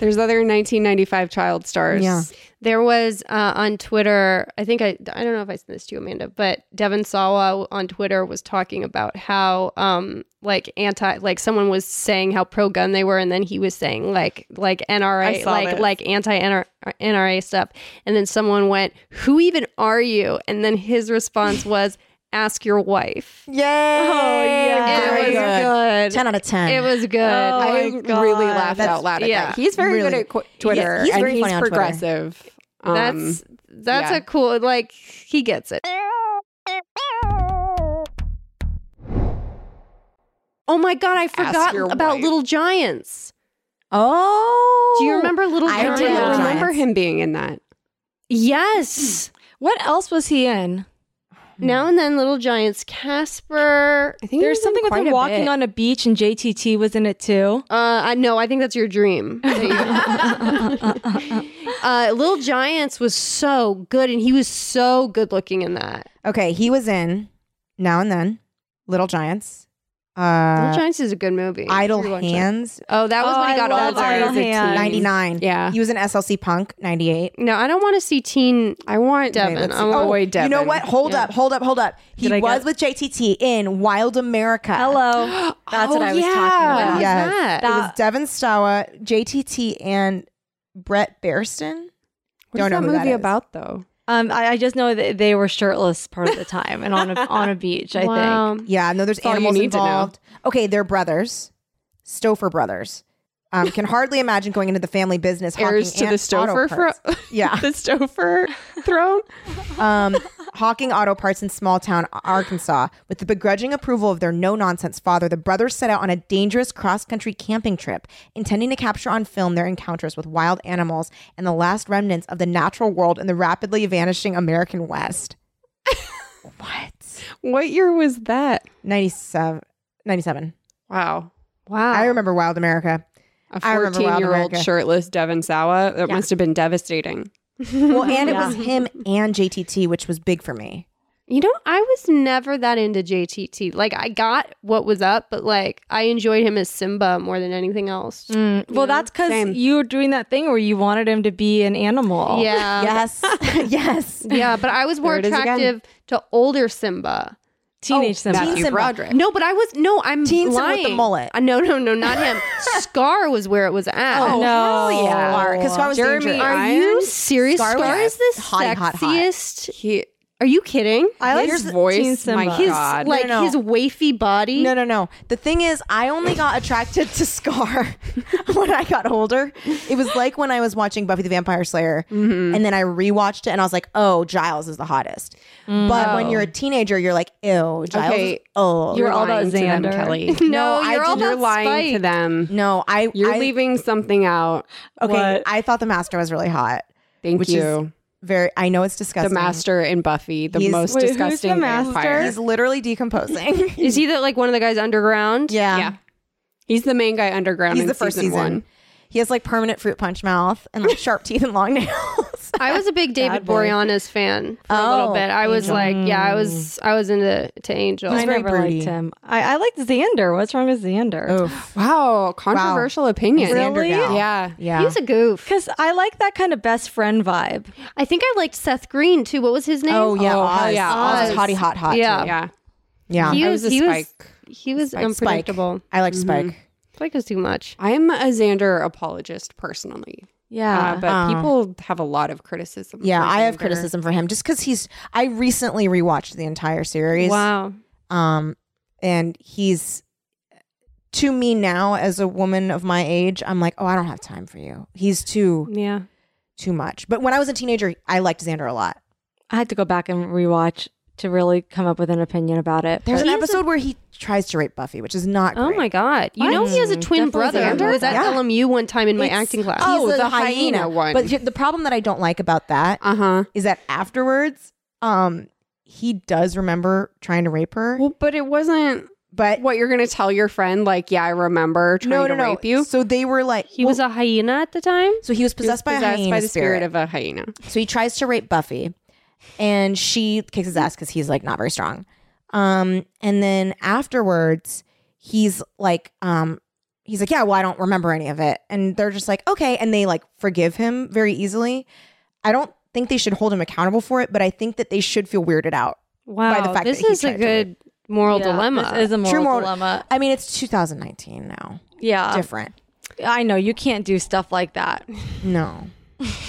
C: There's other 1995 child stars.
B: Yeah.
E: There was uh, on Twitter, I think I, I don't know if I sent this to you, Amanda, but Devin Sawa on Twitter was talking about how, um, like anti, like someone was saying how pro gun they were, and then he was saying like, like
C: I
E: NRA,
C: saw
E: like,
C: this.
E: like anti NRA stuff, and then someone went, "Who even are you?" And then his response was, "Ask your wife."
B: Yay! Oh
E: it was good.
B: Ten out of ten.
E: It was good.
C: I really laughed
B: Oh That's-
C: out loud at
E: yeah,
C: that. He's very
B: really-
C: good at qu- Twitter
B: he's
C: and
B: very
C: he's
B: funny on Twitter.
C: progressive. Um,
E: that's that's
C: yeah.
E: a cool. Like he gets it. Oh my god, I forgot
C: your
E: about
C: wife.
E: Little Giants.
B: Oh,
E: Do you remember Little
B: I
E: Giants?
C: I didn't
B: Little
C: remember
B: Giants.
C: him being in that.
E: Yes.
D: What else was he in?
E: now and then Little Giants Casper. uh,
C: I think
D: There's something with him walking on a beach, and JTT was in it too.
E: Uh I no, I think that's your dream. uh Little Giants was so good and he was so good looking in that.
B: Okay, he was in Now and Then, Little Giants,
E: Little
B: uh,
E: Giants is a good movie.
B: Idle
E: Rewatch that.
B: Hands,
E: Oh, that was
D: Oh,
E: when he
D: I
E: got
D: love
E: older.
D: Idle Hands.
B: ninety nine.
C: Yeah.
B: he was in SLC Punk, ninety eight.
E: No, I don't want to see teen
C: I want
E: Devin.
C: Let's see.
E: I want-
C: oh, boy, Devin.
B: You know what? Hold up, hold up, hold up. He
D: Did I
B: was
D: get-
B: with JTT in Wild America.
D: Hello. That's what
C: Oh,
D: I was
C: yeah.
D: talking
E: What
D: about.
E: was
B: Yes.
E: that?
B: It was Devin Stawa, JTT, and Brett Bearston.
C: What's
B: Don't know
C: that
B: who that
C: movie
B: is.
C: about though?
D: Um, I, I just know that they were shirtless part of the time and on a on a beach. I think.
E: Wow.
B: Yeah, no, there's
C: all you
B: animals
C: need to know.
B: involved. Okay, they're brothers, Stouffer brothers. Um, can hardly imagine going into the family business.
C: Heirs
B: hawking
C: to the
B: ant- auto
C: Stouffer,
B: parts.
C: fro-
B: yeah,
C: the Stouffer throne.
B: um, hawking auto parts in small town Arkansas. With the begrudging approval of their no nonsense father, the brothers set out on a dangerous cross country camping trip, intending to capture on film their encounters with wild animals and the last remnants of the natural world in the rapidly vanishing American West. what?
C: What year was that?
B: 97. 97.
C: Wow.
E: Wow.
B: I remember Wild America.
C: A
B: I remember Wild
C: 14 year old
B: America.
C: shirtless Devin Sawa. That must have been devastating.
B: Well,
C: Mm-hmm.
B: and it was him and JTT, which was big for me.
E: You know, I was never that into JTT. Like, I got what was up, but like, I enjoyed him as Simba more than anything else.
D: Mm, Well, that's
C: Same.
D: because you were doing that thing where you wanted him to be an animal.
E: Yeah.
C: Um,
B: Yes. yes.
E: Yeah, but I was more
C: There it is again.
E: attractive to older Simba.
B: Oh,
D: Teenage Simba.
B: Teen Simba.
E: No, but I was no. I'm
B: Teen Simba with
E: lying.
B: the mullet.
E: Uh, no, no, no, not him. Scar was where it was at.
C: Oh, hell yeah.
B: Because I was
C: Jeremy
B: dangerous.
E: are
C: Irons?
E: you serious?
B: Scar
E: Scar,
B: was
E: is the
B: hot,
E: sexiest.
B: hot, hot.
C: He,
E: Are you kidding?
B: I like
C: his
B: the-
D: Teen
C: voice,
D: Simba.
C: my
D: His,
C: God.
E: like
B: no.
E: his wafy body.
B: No, no, no. The thing is, I only got attracted to Scar when I got older. It was like when I was watching Buffy the Vampire Slayer,
C: Mm-hmm.
B: and then I rewatched it, and I was like, "Oh, Giles is the hottest." But when you're a teenager, you're like, "Ew, Giles."
C: Oh. Okay.
B: Oh,
D: You're all about
C: lying to them,
D: Xander.
C: Kelly.
E: No,
B: I
E: you're all
B: did-
E: about
C: You're lying to
E: Spike.
C: them.
B: no, I.
C: You're
B: I-
C: leaving something out.
B: Okay,
D: What?
B: I thought the Master was really hot.
C: Thank
B: Which is
C: you.
B: Very. I know it's
C: the
B: disgusting.
C: master in Buffy, the
B: He's-
C: most
D: Wait, who's the
C: disgusting
D: master?
C: vampire.
B: He's literally decomposing.
E: Is he the, like one of the guys underground?
B: yeah.
C: yeah. He's the main guy underground.
B: He's
C: in
B: the first
C: season,
B: season.
C: one.
B: He has like permanent fruit punch mouth and like sharp teeth and long nails.
E: I was a big David
D: boy.
E: Boreanaz fan for a
B: Oh,
E: little bit. I was
B: Angel.
E: like, yeah, I was I was into to Angel.
D: I
B: very
D: never
B: broody. Oh.
D: liked him. I, I liked Xander. What's wrong with Xander?
B: Oof.
C: Wow, controversial opinion.
B: Xander gal.
C: Yeah.
B: Yeah.
E: He was a goof.
D: Because I like that kind of best friend vibe.
E: I think I liked Seth Green too. What was his name?
B: Oh yeah,
C: Oh, hell
B: Oz.
C: yeah,
B: Oz is
E: Oz.
B: hottie, hot, hot.
E: Yeah.
B: too.
C: Yeah.
B: yeah.
E: He
C: I
E: was,
C: was a
E: he was
C: spike.
E: he was
B: Spike. Mm-hmm.
E: unpredictable.
B: I like Spike.
E: Like is too much.
C: I'm a Xander apologist personally,
D: Yeah.
C: uh, but
B: Oh.
C: people have a lot of criticism.
B: Yeah,
C: for
B: I have
C: Xander.
B: criticism for him just because he's. I recently rewatched the entire series.
E: Wow.
B: Um, and he's to me now as a woman of my age, I'm like, oh, I don't have time for you. He's too
E: Yeah.
B: too much. But when I was a teenager, I liked Xander a lot.
D: I had to go back and rewatch to really come up with an opinion about it.
B: There's
D: but-
B: an episode where he tries to rape Buffy, which is not.
E: Oh
B: great.
E: my god. You know he has a
D: Mm,
E: twin
D: definitely
E: brother who
D: Xander?
E: was at
B: Hmm. Yeah.
E: LMU one time in my
B: It's-
E: acting class.
B: He's
C: Oh,
B: a
C: the hyena one.
B: But he- the problem that I don't like about that
C: Uh huh.
B: is that afterwards, um, he does remember trying to rape her,
C: Well, but it wasn't
B: but
C: what you're going to tell your friend. Like, yeah, I remember trying
B: no,
C: to
B: no, no.
C: rape you.
B: So they were like,
E: He was a hyena at the time.
B: so he was
C: He was
B: possessed by a hyena
C: by the
B: spirit.
C: spirit of a hyena.
B: So he tries to rape Buffy, and she kicks his ass because he's like not very strong. Um, and then afterwards, he's like, um, he's like, yeah, well, I don't remember any of it, and they're just like, okay, and they like forgive him very easily. I don't think they should hold him accountable for it, but I think that they should feel weirded out.
E: Wow.
B: fact
E: this
B: that he
E: is a
B: tried to
E: good moral
D: Yeah,
E: dilemma.
D: This is a moral,
B: True moral-
D: dilemma.
B: I mean, it's 2019 now,
C: Uh,
D: Yeah.
B: different.
D: I know. You can't do stuff like that.
B: No,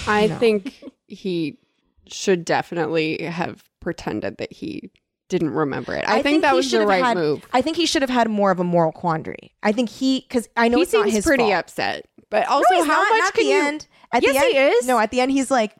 C: I
B: No.
C: think he should definitely have pretended that he didn't remember it. I, think, that
B: he
C: was
B: should
C: the
B: have
C: right
B: had-
C: move.
B: I think he should have had more of a moral quandary. I think he because I know
C: he
B: it's not
C: seems
B: his
C: pretty
B: fault.
C: upset, but also
B: No, he's
C: how
B: not.
C: much
B: Not
C: can
B: the
C: you?
B: end? At the
C: Yes,
B: end,
C: he is.
B: No, at the end, he's like,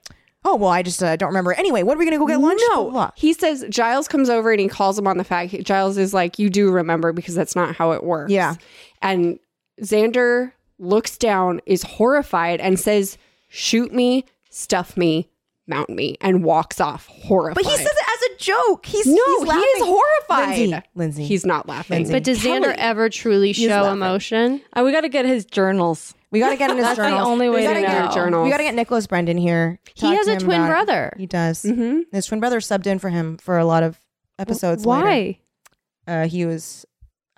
B: "Oh well, I just uh, don't remember." Anyway, what are we gonna go get lunch? Blah, blah,
C: No,
B: blah.
C: he says Giles comes over and he calls him on the fact. He- Giles is like, "You do remember because that's not how it works."
B: Yeah.
C: and Xander looks down, is horrified, and says, "Shoot me, stuff me, mount me," and walks off horrified.
B: But he says it as a joke. He's
C: No,
B: he's
C: he
B: laughing.
C: is horrified.
B: Lindsay, Lindsay.
C: he's not laughing.
B: Lindsay.
E: but does Xander
C: Kelly.
E: ever truly show
B: laughing.
E: emotion?
D: Uh, we got to get his journals.
B: we gotta get in his
D: That's
B: journal.
D: the only way
B: we
D: to
B: gotta
D: know.
B: get
C: Your journals.
B: We gotta get Nicholas Brendan here. Talk
E: he has
B: to
E: a
B: him
E: twin
B: about it.
E: brother.
B: He does.
C: Mhm.
B: His twin brother subbed in for him for a lot of episodes.
E: Why?
B: later. Uh, he was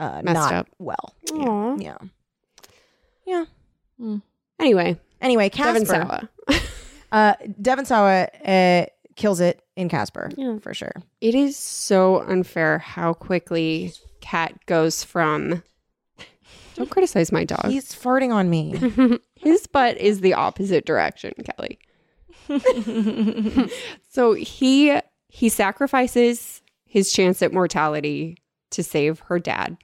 B: uh,
C: Messed
B: not
C: up.
B: well.
C: Aw.
B: Yeah.
C: Anyway,
B: Anyway, Casper.
C: Devon Sawa.
B: Uh, Devon Sawa uh, kills it in Casper
E: Yeah.
B: for sure.
C: It is so unfair how quickly Cat goes from. Don't criticize my dog.
B: He's farting on me.
C: His butt is the opposite direction, Kelly. so he he sacrifices his chance at mortality to save her dad.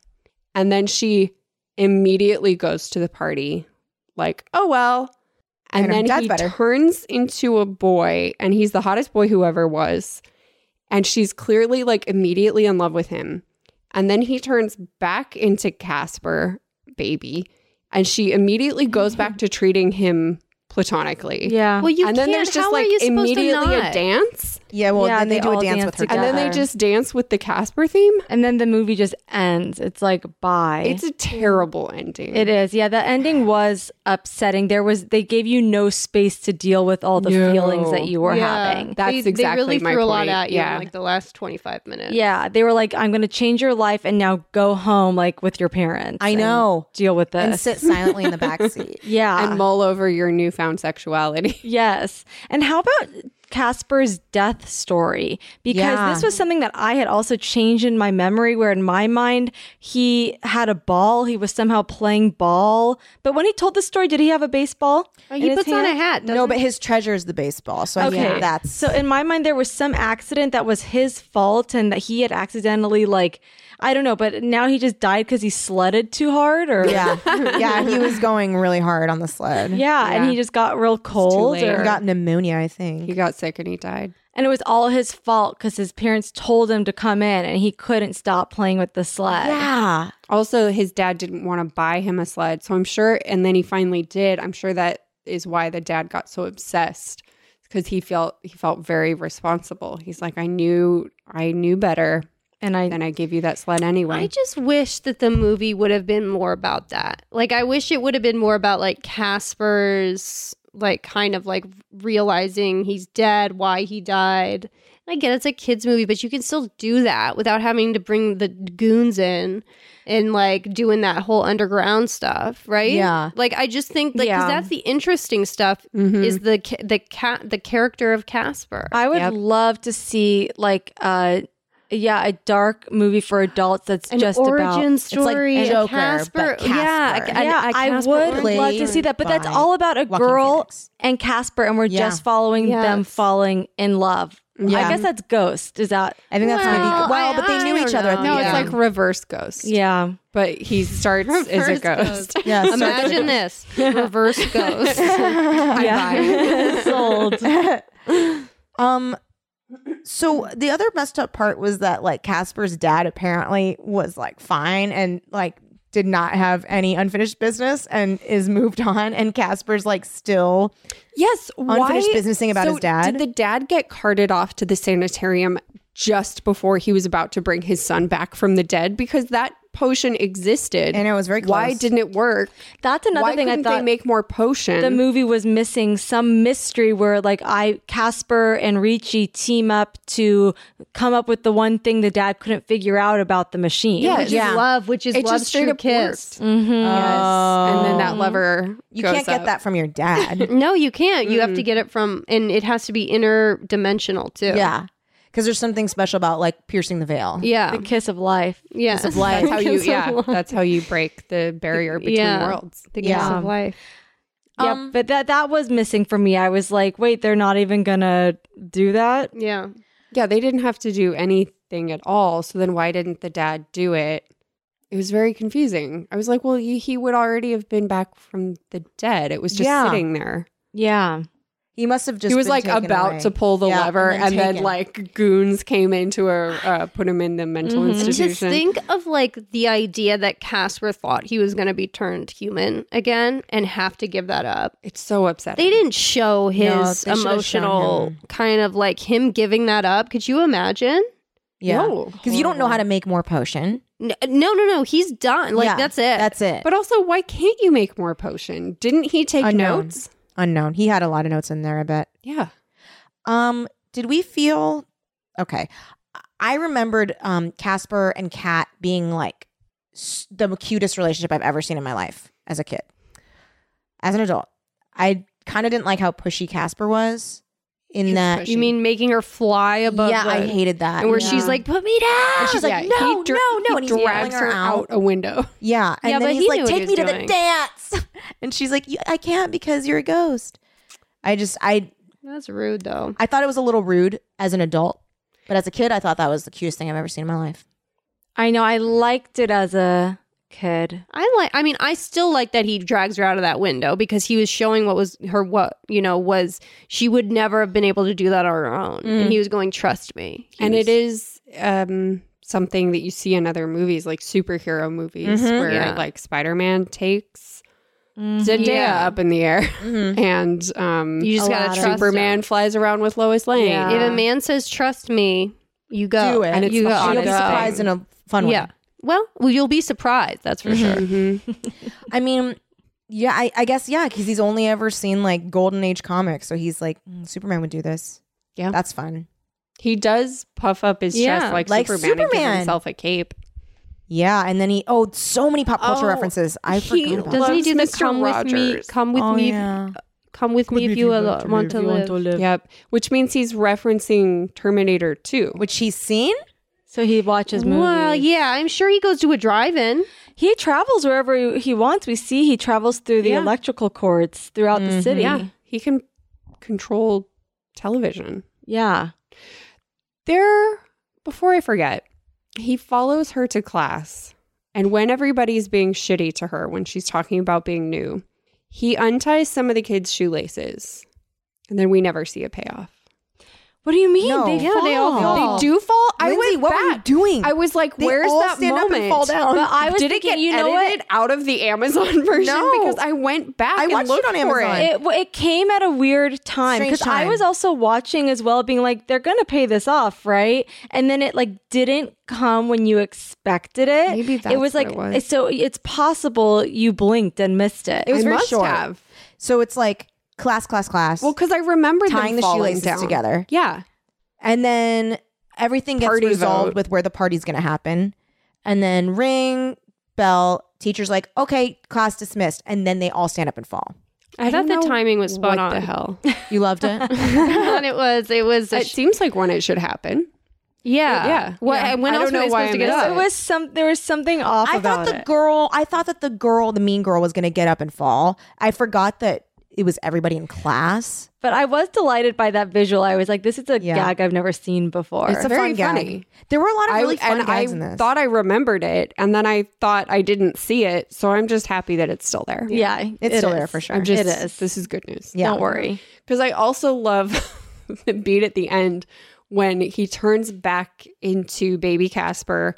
C: And then she immediately goes to the party like, "Oh well."
B: And
C: And,
B: her
C: then
B: dad's
C: he
B: better.
C: turns into a boy and he's the hottest boy who ever was. And she's clearly like immediately in love with him. And then he turns back into Casper, baby, and she immediately goes back to treating him platonically.
D: Yeah.
E: Well, you
C: and then
E: can't.
C: there's just
E: how
C: like
E: are you supposed
C: immediately
E: to
C: a
E: not?
C: dance,
B: Yeah, well,
D: Yeah,
B: then they,
D: they
B: do a
D: all
B: dance,
D: dance
B: with her.
D: together.
C: and then they
D: Together.
C: just dance with the Casper theme.
D: and then the movie just ends. It's like, bye.
C: It's a terrible ending.
D: It is. Yeah, the ending was upsetting. There was they gave you no space to deal with all the
C: No.
D: feelings that you were
E: Yeah.
D: having.
C: That's
E: they,
C: exactly
E: They really
C: my
E: threw a lot
C: point.
E: at you
C: Yeah.
E: in like the last twenty five minutes.
D: Yeah, they were like I'm going to change your life and now go home like with your parents.
B: I
D: and
B: know.
D: Deal with this.
B: and sit silently in the back seat.
D: yeah.
C: And mull over your newfound sexuality.
D: Yes. And how about Casper's death story? Because
B: Yeah.
D: this was something that I had also changed in my memory, where in my mind, he had a ball. He was somehow playing ball. But when he told the story, did he have a baseball?
E: Oh,
D: in
E: he
D: his
E: puts on a
D: hand?
E: hat.
B: no,
E: doesn't
B: but his treasure is the baseball, so I think that's
D: so in my mind there was some accident that was his fault and that he had accidentally like I don't know, but now he just died because he sledded too hard or
B: yeah, yeah. He was going really hard on the sled.
D: Yeah, and he just got real cold
C: late.
B: he
D: or-
B: got pneumonia, I
C: He
B: think.
C: got sick and he died.
D: and it was all his fault because his parents told him to come in and he couldn't stop playing with the sled.
B: Yeah,
C: Also, his dad didn't want to buy him a sled. So I'm sure, and then he finally did. I'm sure that is why the dad got so obsessed because he felt he felt very responsible. He's like, I knew I knew better,
D: And I
C: and I gave you that sled
E: I
C: anyway.
E: just wish that the movie would have been more about that. Like, I wish it would have been more about like Casper's, like, kind of like realizing he's dead, why he died. I get it's a kids' movie, but you can still do that without having to bring the goons in and like doing that whole underground stuff, right?
B: Yeah.
E: Like, I just think like
D: Yeah.
E: 'cause that's the interesting stuff
C: Mhm.
E: is the ca- the cat the character of Casper.
D: I would
C: Yep.
D: love to see like uh yeah, a dark movie for adults that's
E: An
D: just
E: origin
D: about
E: story.
B: it's like
E: a
B: Joker,
E: Casper.
B: but
E: Yeah,
B: Casper.
E: a- a-
D: yeah,
E: a
D: I
E: Casper
D: would
E: origin.
D: love to see that, but that's
B: by
D: all about a
B: Joaquin
D: girl
B: Phoenix.
D: and Casper, and we're
B: Yeah.
D: just following them
E: Yes.
D: falling in love.
B: Yeah.
D: I guess that's Ghost. Is that?
B: I think that's
E: Well,
B: maybe well,
E: I-
B: but they
E: I
B: knew
E: don't
B: each other. At the
E: know.
C: No,
E: Yeah.
C: it's like reverse ghost.
D: Yeah.
C: But he starts as a
E: Reverse
C: ghost.
E: ghost.
B: yeah,
E: Imagine this reverse ghost.
D: yeah. Sold.
B: Um. So the other messed up part was that like Casper's dad apparently was like fine and like did not have any unfinished business and is moved on and Casper's like still
C: Yes.
B: Unfinished business thing about
C: so
B: his dad?
C: Did the dad get carted off to the sanitarium just before he was about to bring his son back from the dead? Because that potion existed.
B: and it was very close.
C: Why didn't it work?
D: That's another
C: Why
D: thing I
C: couldn't they
D: thought
C: make more potion?
D: the movie was missing some mystery where like I Casper and Ricci team up to come up with the one thing the dad couldn't figure out about the machine.
C: Yeah,
E: Which
B: Yeah.
E: is love, which is
C: It just
E: love's
C: straight
E: true
C: up
E: kiss.
C: Yes. And then that lever.
B: you
C: goes
B: can't get
C: up.
B: that from your dad?
E: No, you can't. You have to get it from, and it has to be interdimensional too.
B: yeah, because there's something special about like piercing the veil.
E: yeah,
D: The kiss of life.
E: yeah.
B: Of life.
C: That's how you. Yeah. That's how you break the barrier between
E: Yeah.
C: worlds.
E: The
B: Yeah.
E: kiss of life.
D: yeah,
B: Um,
D: but that that was missing for me. I was like, wait, they're not even gonna do that.
E: Yeah,
C: Yeah, they didn't have to do anything at all. So then why didn't the dad do it? It was very confusing. I was like, well, he, he would already have been back from the dead. It was just
B: Yeah.
C: sitting there.
D: Yeah.
B: He must have just
C: he was
B: been
C: like
B: taken
C: about
B: away.
C: to pull the
B: Yeah,
C: lever, and then,
B: taken.
C: like goons came in to uh, uh, put him in the mental
D: Mhm.
E: and to
C: institution.
E: think of like the idea that Casper thought he was going to be turned human again and have to give that up.
C: it's so upsetting.
E: They didn't show his
B: they should've shown
E: emotional
B: him.
E: kind of like him giving that up. Could you imagine?
B: yeah,
C: No.
B: because you don't know how to make more potion.
E: N- No, no, no. He's done. Like
B: Yeah,
E: that's it.
B: That's it.
C: But also, why can't you make more potion? Didn't he take
B: Unknown.
C: notes?
B: Unknown. He had a lot of notes in there. I bet.
C: Yeah.
B: Um, did we feel okay? I remembered um Casper and Kat being like s- the cutest relationship I've ever seen in my life as a kid. As an adult, I kind of didn't like how pushy Casper was in
C: He's
B: that.
C: pushy.
E: you mean making her fly above?
B: yeah, I
E: the-
B: hated that.
E: And where
B: yeah.
E: she's like, "Put me down."
B: And she's like,
C: he
B: "No,
C: dra-
B: no, no,"
C: he
B: and he's pulling
C: drags
B: her out.
C: a window.
B: yeah, and
E: Yeah,
B: then
E: but
B: he's
E: he
B: like,
E: knew what he
B: "Take
E: was
B: me to the
E: doing.
B: dance," and she's like, "You- "I can't because you're a ghost." I just, I,
E: That's rude, though.
B: I thought it was a little rude as an adult, but as a kid, I thought that was the cutest thing I've ever seen in my life.
D: I know I liked it as a kid.
E: I like. I mean, I still like that he drags her out of that window because he was showing what was her. What you know was she would never have been able to do that on her own, and he was going, "Trust me." He
C: and
E: was-
C: it is um something that you see in other movies like superhero movies
B: Mhm.
C: where
E: Yeah.
C: like spider-man takes zendaya
E: Mm-hmm. Yeah. Mm-hmm.
C: up in the air
B: Mhm.
C: and um
E: You just gotta
D: Aladdin.
E: trust
C: superman
E: him.
C: flies around with lois lane
D: Yeah.
E: If a man says, "Trust me," you go.
B: do it.
C: And it's
E: you
C: the
E: go.
B: You'll be
C: honest
E: Yeah.
B: surprised in a fun way.
E: Yeah. Mm-hmm. Well, well, you'll be surprised. That's for sure.
C: Mhm.
B: I mean, yeah, I, I guess, yeah, because he's only ever seen like Golden Age comics. So he's like, "Mm, Superman would do this.
C: Yeah.
B: That's fun.
C: he does puff up his
E: Yeah,
C: chest like,
B: like
C: superman, and give
B: Superman.
C: himself a cape
B: Yeah. And then he, oh, so many pop culture
C: Oh,
B: references. I
C: he
B: forgot about
E: Doesn't he
C: Loves
E: do the
C: Mr.
E: "Come with me,
C: Rogers.
E: come with
B: Oh,
E: me,
B: yeah.
E: come with me if you al- want to live"?
C: yep which means he's referencing terminator 2
B: Which he's seen?
D: So he watches movies.
E: Well, yeah, I'm sure he goes to a drive-in.
D: He travels wherever he- he wants. We see he travels through the
C: Yeah.
D: electrical cords throughout the city.
C: yeah he can control television
D: Yeah.
C: there before i forget he follows her to class and when everybody's being shitty to her when she's talking about being new he unties some of the kids shoelaces and then we never see a payoff
D: What do you mean?
B: No.
D: They
B: Yeah,
D: fall.
E: they all fall.
C: they do fall i
B: Lindsay,
C: went
B: what were you
C: back
B: doing?
C: i was like
B: They
C: where's
B: all
C: that
B: stand up
C: moment
B: and fall down.
D: But I was
C: did
D: thinking,
C: it get
D: you know what?
C: edited out of the amazon version
B: No.
C: because i went back
B: I
C: and
B: watched it
C: looked
B: on
C: for
B: Amazon.
C: it.
D: It, well, it came at a weird time
B: Strange
D: because I
B: time.
D: was also watching as well, being like, they're gonna pay this off, right? And then it like didn't come when you expected it.
C: Maybe that's
D: it was
C: what
D: like
C: it was.
D: so. It's possible you blinked and missed it.
B: It was
C: I
B: very
C: must
B: short.
C: have
B: So it's like class, class, class.
C: well because i remember
B: tying
C: them
B: the
C: falling
B: shoelaces
C: down.
B: together.
C: yeah
B: And then everything gets
C: Party
B: resolved
C: vote.
B: with where the party's going to happen. And then ring, bell, teacher's like, okay, class dismissed. And then they all stand up and fall.
E: I, thought the
C: don't know
E: timing was spot
C: what
E: on.
C: the hell
B: You loved it?
E: I thought it was. It was. a
C: it
E: sh-
C: seems like when it should happen
E: Yeah.
C: Yeah.
E: What,
C: Yeah.
E: When
C: I
E: else
C: don't know
E: were they
C: why
E: supposed to
C: I
E: get
C: missed
E: up?
D: There was some. There was something off
B: I thought
D: about
B: the
D: it.
B: girl, I thought that the girl, the mean girl, was going to get up and fall. I forgot that it was everybody in class.
D: but I was delighted by that visual. I was like, "This is a
B: Yeah.
D: gag I've never seen before."
C: It's a
B: Very
C: fun
B: gag.
C: funny.
B: There were a lot of
C: I
B: really fun
C: and I
B: gags in this.
C: thought I remembered it, and then I thought I didn't see it, so I'm just happy that it's still there.
D: yeah,
B: It's
D: it
B: still
D: is.
B: there for sure.
C: I'm just,
D: It is.
C: This is good news.
B: Yeah.
D: Don't worry.
C: because I also love the beat at the end when he turns back into baby Casper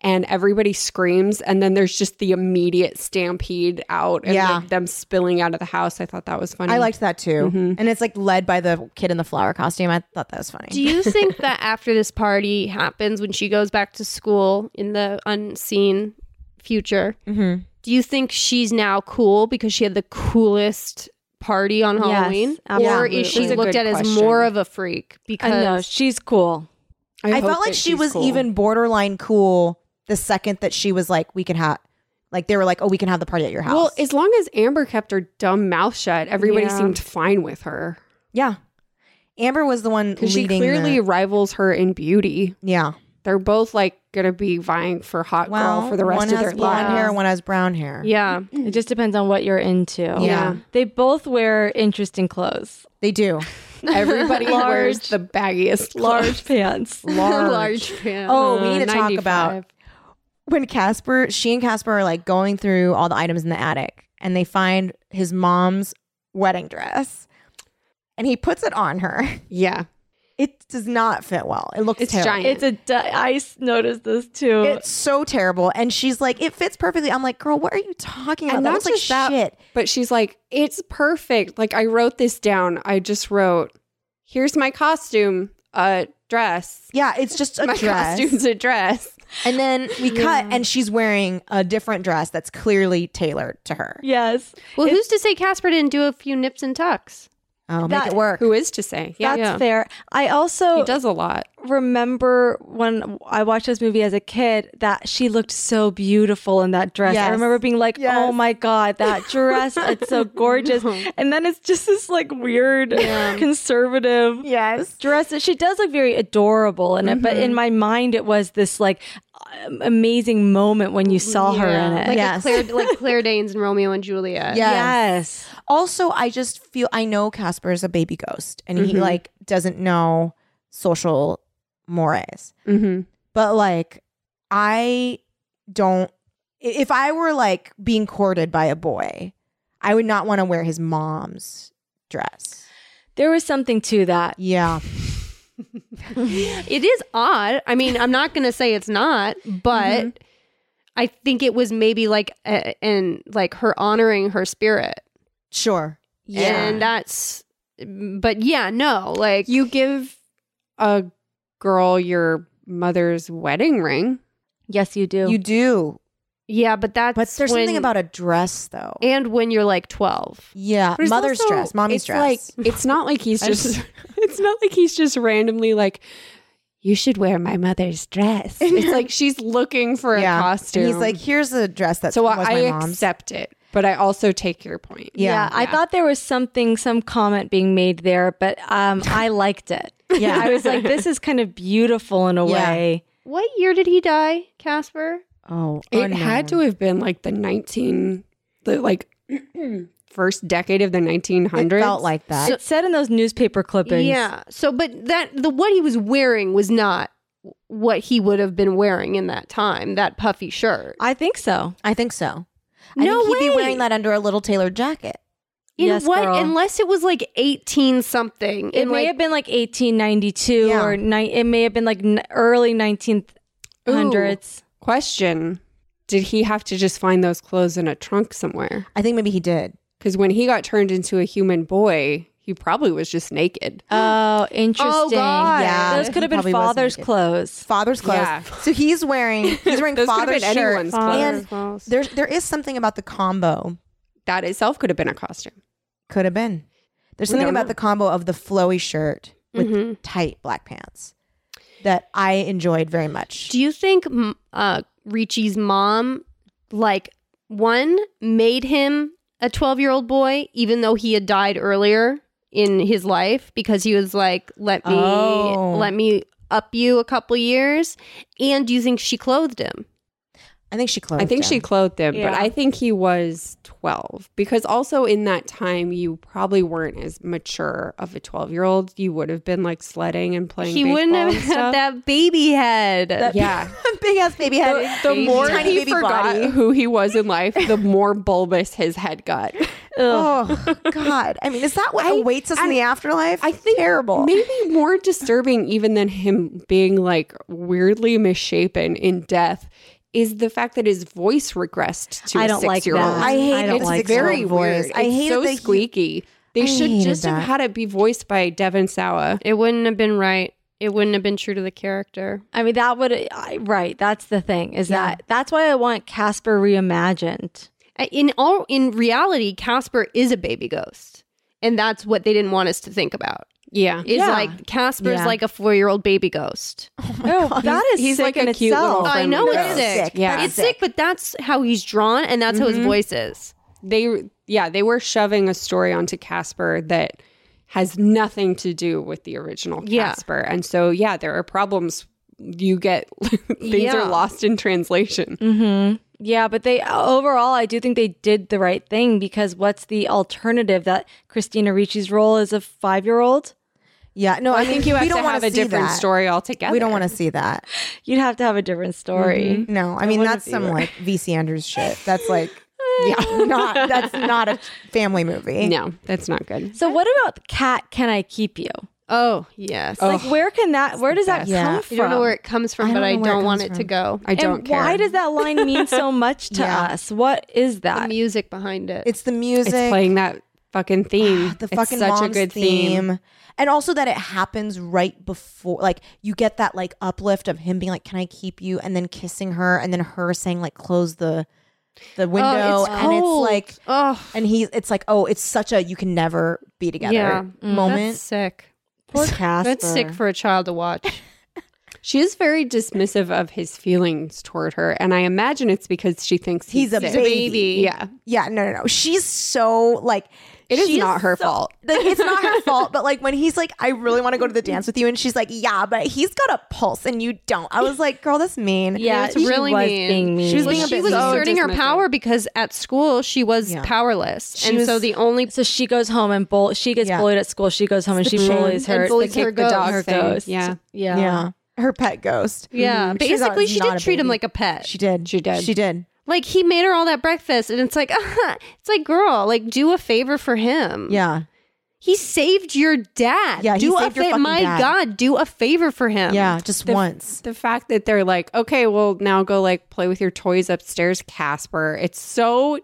C: and everybody screams and then there's just the immediate stampede out and
B: Yeah.
C: like, them spilling out of the house. I thought that was funny.
B: I liked that too.
C: Mm-hmm.
B: And it's like led by the kid in the flower costume. I thought that was funny.
E: Do you think that after this party happens, when she goes back to school in the unseen future,
B: Mhm.
E: do you think she's now cool because she had the coolest party on
D: Yes,
E: Halloween? Or
D: absolutely.
E: is she
C: That's a
E: looked
C: good
E: at as
C: question.
E: more of a freak?
D: I know
E: Because
D: she's cool.
B: I,
C: hope
B: felt like
C: that
B: she
C: she's
B: was
C: cool.
B: even borderline cool the second that she was like, we can have, like, they were like, oh, we can have the party at your house.
C: Well, as long as Amber kept her dumb mouth shut, everybody
D: Yeah.
C: seemed fine with her
B: yeah. Amber was the one
C: because she
B: leading
C: clearly
B: the-
C: rivals her in beauty.
B: yeah.
C: They're both like gonna be vying for hot girl for the rest
B: one
C: of
B: has
C: their
B: blonde
C: lives.
B: hair, and one has brown hair.
E: yeah,
D: It just depends on what you're into.
B: Mm. Yeah.
D: They both wear interesting clothes.
B: they do.
C: Everybody wears
D: Large-
C: the baggiest,
D: Large pants.
B: Large.
E: fan.
B: Oh, we need to talk
C: 95.
B: about when Casper, she and Casper are like going through all the items in the attic and they find his mom's wedding dress and he puts it on her.
C: Yeah,
B: It does not fit well. It looks
C: It's
B: terrible.
C: giant.
D: It's a. Di- I s- noticed this
C: Uh,
D: too.
B: It's so terrible. And she's like, it fits perfectly. I'm like, girl, what are you talking about?
C: And
B: That
C: not
B: looks like
C: just that-
B: shit.
C: But she's like, it's perfect. Like I wrote this down. I just wrote, here's my costume, a dress.
B: Yeah, it's just a
C: my
B: dress.
C: costume's a dress.
B: And then we cut and she's wearing a different dress that's clearly tailored to her.
D: yes.
E: well, who's to say Casper didn't do a few nips and tucks?
B: Oh, make
D: That-
B: it work.
C: Who is to say? Yeah,
D: That's fair. I also
C: he does a lot.
D: remember when I watched this movie as a kid that she looked so beautiful in that dress.
B: Yes.
D: I remember being like,
B: Yes.
D: "Oh my god, that dress! it's so gorgeous!" And then it's just this like weird conservative
B: Yes.
D: dress. She does look very adorable in it, but
B: Mm-hmm.
D: in my mind, it was this like um, amazing moment when
B: Mm,
D: you saw her in it.
E: Like a
B: Yes.
E: Claire, like Claire Danes and Romeo and Juliet.
B: Yes.
D: yes.
B: Also, I just feel I know Casper is a baby ghost and
C: Mm-hmm.
B: he like doesn't know social mores.
C: Mm-hmm.
B: But like I don't i- if I were like being courted by a boy, I would not want to wear his mom's dress.
D: There was something to that.
B: Yeah.
E: It is odd. I mean, I'm not going to say it's not, but I think it was maybe like a, and like her honoring her spirit.
B: Sure.
E: And that's but yeah, no. Like
C: You give a girl your mother's wedding ring.
D: Yes, you do.
B: You do.
E: yeah, but that's
B: But there's
E: when-
B: something about a dress though.
E: and when you're like 12.
B: yeah.
C: But it's
B: Mother's
C: also-
B: dress, mommy's
C: it's
B: dress.
C: Like it's not like he's
B: I
C: just. it's not like he's just randomly like. You should wear my mother's dress. It's like she's looking for a
B: yeah.
C: costume.
B: And he's like, here's a dress that
C: So
B: was
C: I
B: my mom's.
C: accept it, but I also take your point.
D: yeah,
B: yeah.
D: I thought there was something, some comment being made there, but um, I liked it.
B: Yeah.
D: I was like, this is kind of beautiful in a
B: Yeah.
D: way.
E: What year did he die, Casper?
B: Oh,
C: It
B: unknown.
C: had to have been like the 19, the like first decade of the 1900s.
B: It felt like that.
D: it said in those newspaper clippings.
E: Yeah. So but that the what he was wearing was not what he would have been wearing in that time, that puffy shirt.
D: I think so.
B: I think so.
E: No
B: I think he'd be
E: way.
B: wearing that under a little tailored jacket.
E: In
D: Yes,
E: what?
D: girl.
E: Unless it was like eighteen something.
D: It
E: in,
D: may
E: like,
D: have been like 1892
B: Yeah.
D: or ni- it may have been like n- early 1900s.
C: Question Did he have to just find those clothes in a trunk somewhere?
B: I think maybe he did.
C: Because when he got turned into a human boy, he probably was just naked.
D: Oh, interesting.
E: God.
B: Yeah,
D: Those
B: he
D: could have been
B: probably was
D: father's
B: naked.
D: clothes.
B: Father's clothes.
C: Yeah.
B: So he's wearing he's wearing
C: Those could've
B: father's
C: been
B: shirt.
C: anyone's clothes.
B: And there there is something about the combo.
C: That itself could have been a costume.
B: Could have been. There's
C: We
B: something
C: don't
B: about
C: know.
B: the combo of the flowy shirt with
C: Mm-hmm.
E: Mhm.
B: tight black pants that I enjoyed very much.
E: Do you think m- uh, Richie's mom, like, one made him a twelve-year-old boy, even though he had died earlier in his life, because he was like, "Let me,
B: Oh.
E: let me up you a couple years? And do you think she clothed him?
B: I think she closed.
C: I think she
B: him.
C: clothed him,
D: Yeah.
C: but I think he was 12 because also in that time you probably weren't as mature of a 12 year old. You would have been like sledding and playing.
E: He wouldn't have had that baby head.
C: Yeah.
B: big ass baby head.
C: The more
B: tiny
C: he
B: baby
C: forgot
B: body.
C: who he was in life, the more bulbous his head got.
B: Oh God! I mean, is that what
C: I-
B: awaits us in
C: I-
B: the afterlife?
C: I think
B: terrible.
C: Maybe more disturbing even than him being like weirdly misshapen in death is the fact that his voice regressed to
D: I
C: a
D: don't like
C: six-year-old.
D: that. I
B: hate
C: it's
B: his like
C: very
B: six-year-old
C: weird.
B: voice.
C: I
B: I
C: hate
B: hated
C: so
B: that he-
C: squeaky. They
B: I
C: should
B: hated
C: just have
B: that.
C: had it be voiced by Devin Sawa.
E: It wouldn't have been right. It wouldn't have been true to the character.
D: I mean, that would I, right. That's the thing is that that's why I want Casper reimagined.
E: Uh, In all in reality, Casper is a baby ghost. And that's what they didn't want us to think about.
C: Yeah.
E: Is
D: Yeah.
E: like Casper's
B: Yeah.
E: like a four year old baby ghost.
D: Oh, that is
C: he's like
D: sick in
C: a cute little
D: itself.
E: I
C: friendly
E: know it's
C: ghost.
E: sick.
C: Yeah.
E: It's sick, Mm-hmm. but that's how he's drawn and that's how his voice is.
C: They yeah, they were shoving a story onto Casper that has nothing to do with the original
E: Yeah.
C: Casper. And so yeah, there are problems you get things
E: Yeah.
C: are lost in translation.
D: hmm Yeah, but they overall, I do think they did the right thing because what's the alternative that Christina Ricci's role is a five year old?
B: Yeah, no,
C: I
B: I mean,
C: think you have
B: we don't
C: to
B: want
C: have a
B: see
C: different
B: that.
C: story altogether.
B: We don't want to see that.
D: You'd have to have a different story.
B: No, I mean that's some like VC Andrews shit. That's like, yeah, not that's not a family movie.
C: No, that's not good.
D: So what about Cat Can I Keep You?
E: Oh yes.
C: Oh,
D: Like where can that where does that
B: best. Yeah.
D: come
E: you
D: from?
E: don't know where it comes from,
B: I
E: but
B: don't
E: I
B: know where it
E: don't want
B: comes
E: it to
B: from.
E: go.
C: I don't
D: and
C: care.
D: Why does that line mean so much to
B: Yeah.
D: us? What is
E: The
D: that?
E: music behind it.
B: It's the music.
C: it's playing that fucking theme?
B: the
C: It's
B: fucking
C: such
B: mom's
C: a good
B: theme.
C: theme.
B: and also that it happens right before like you get that like uplift of him being like can i keep you and then kissing her and then her saying like close the the window and it's like
E: oh
B: and he it's like oh it's such a you can never be together
E: Yeah.
B: moment
E: that's sick.
D: Poor Casper.
E: That's sick for a child to watch.
C: She is very dismissive of his feelings toward her, and I imagine it's because she thinks
B: he's a
C: sick.
B: baby.
C: Yeah,
B: yeah no no no she's so like
C: it is
B: she
C: not her
B: so-
C: fault.
B: like it's not her fault but like when he's like i really want to go to the dance with you and she's like yeah but he's got a pulse and you don't i was like girl that's mean
D: Yeah,
E: It's
D: she
E: really
D: was
E: mean.
D: being mean.
B: She was
E: Well,
B: being a
E: she
B: bit
E: was
B: so
E: asserting her
C: dismissive.
E: power because at school she was
B: Yeah.
E: powerless, and
B: was-
E: so the only
D: so she goes home and bull. She gets
B: Yeah.
D: bullied at school. She goes home and she bullies
E: and
D: her.
E: bullies
D: the
E: her
D: kick the dog
E: ghost.
D: thing.
C: Ghost. Yeah.
D: Yeah.
B: yeah her pet ghost
E: yeah,
B: Mhm. Turns out
E: basically
B: it's
E: she
B: not a
E: did treat him
B: baby.
E: like Mm-hmm. a pet.
B: She did.
C: She did.
B: She did.
E: like he made her all that breakfast, and it's like it's like girl, like do a favor for him.
B: Yeah.
E: he saved your dad.
B: Yeah, he
E: do a
B: saved your
E: fa-
B: fucking
E: my
B: dad.
E: god, do a favor for him.
B: Yeah. Just once.
C: The fact that they're like, okay, well, now go like play with your toys upstairs, Casper. It's so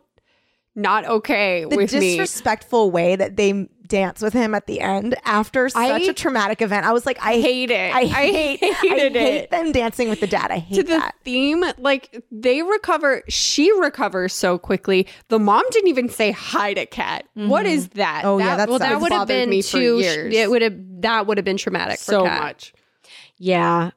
C: not okay
B: The
C: with me.
B: disrespectful way that they dance with him at the end after such
C: I
B: a traumatic event. I was like, I
C: Hate it.
B: I hate, I
C: hated
B: hate
C: it.
B: them dancing with the dad. I hate
C: to the
B: that.
C: theme like they recover she recovers so quickly the mom didn't even say hi to kat What is Mm-hmm. that
B: Oh, yeah, that
C: well
B: sucks.
E: that
B: It's
E: would have been too.
C: years.
E: It would have that would have been traumatic.
C: so
E: for Kat.
C: much
D: Yeah.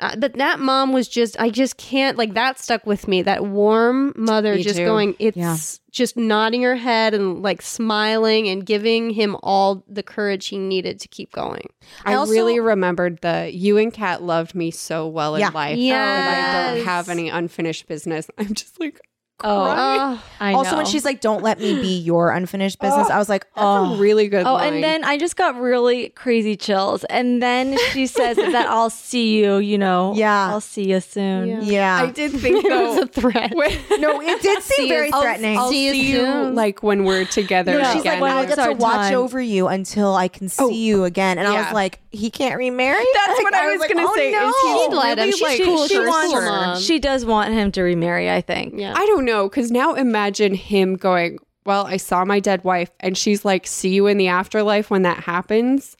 E: Uh, but that mom was just I just can't like that stuck with me. That warm mother
C: Me
E: just
C: too.
E: going it's
B: Yeah.
E: just nodding her head and like smiling and giving him all the courage he needed to keep going.
C: i,
B: I also-
C: really remembered the you and kat loved me so well in
B: Yeah.
C: life that i don't
E: Yes.
C: have any unfinished business i'm just like
D: Oh,
E: Oh,
D: I
B: Also,
D: know.
B: when she's like, "Don't let me be your unfinished business," I was like,
C: that's
B: "Oh,
C: a really good
D: Oh,
C: line.
D: and then I just got really crazy chills. And then she says that I'll see you, you know.
B: Yeah.
D: I'll see you soon.
E: Yeah.
C: i
B: yeah."
C: did think
E: it was
C: though
E: a threat.
B: no, it did seem very
E: I'll-
B: threatening.
E: I'll-
C: see,
E: See you
C: you
E: soon.
C: like when we're together
B: No,
D: Yeah.
B: She's
C: again.
B: like, "When I
D: It's
B: get
D: our
B: to watch
D: time."
B: over you until I can see you again," and I
C: yeah.
B: was like, "He can't remarry."
C: That's
B: Like,
C: what I was
B: like,
C: gonna
B: "Oh,
C: say, is
B: No.
C: he
E: She'd let him.
C: Really,
E: She's
C: like,
E: cool.
C: she
E: She's
C: wants
E: cool
C: her.
E: mom.
D: She does want him to remarry, I think.
E: yeah.
C: I don't know, because now imagine him going, Well, I saw my dead wife, and she's like, See you in the afterlife when that happens.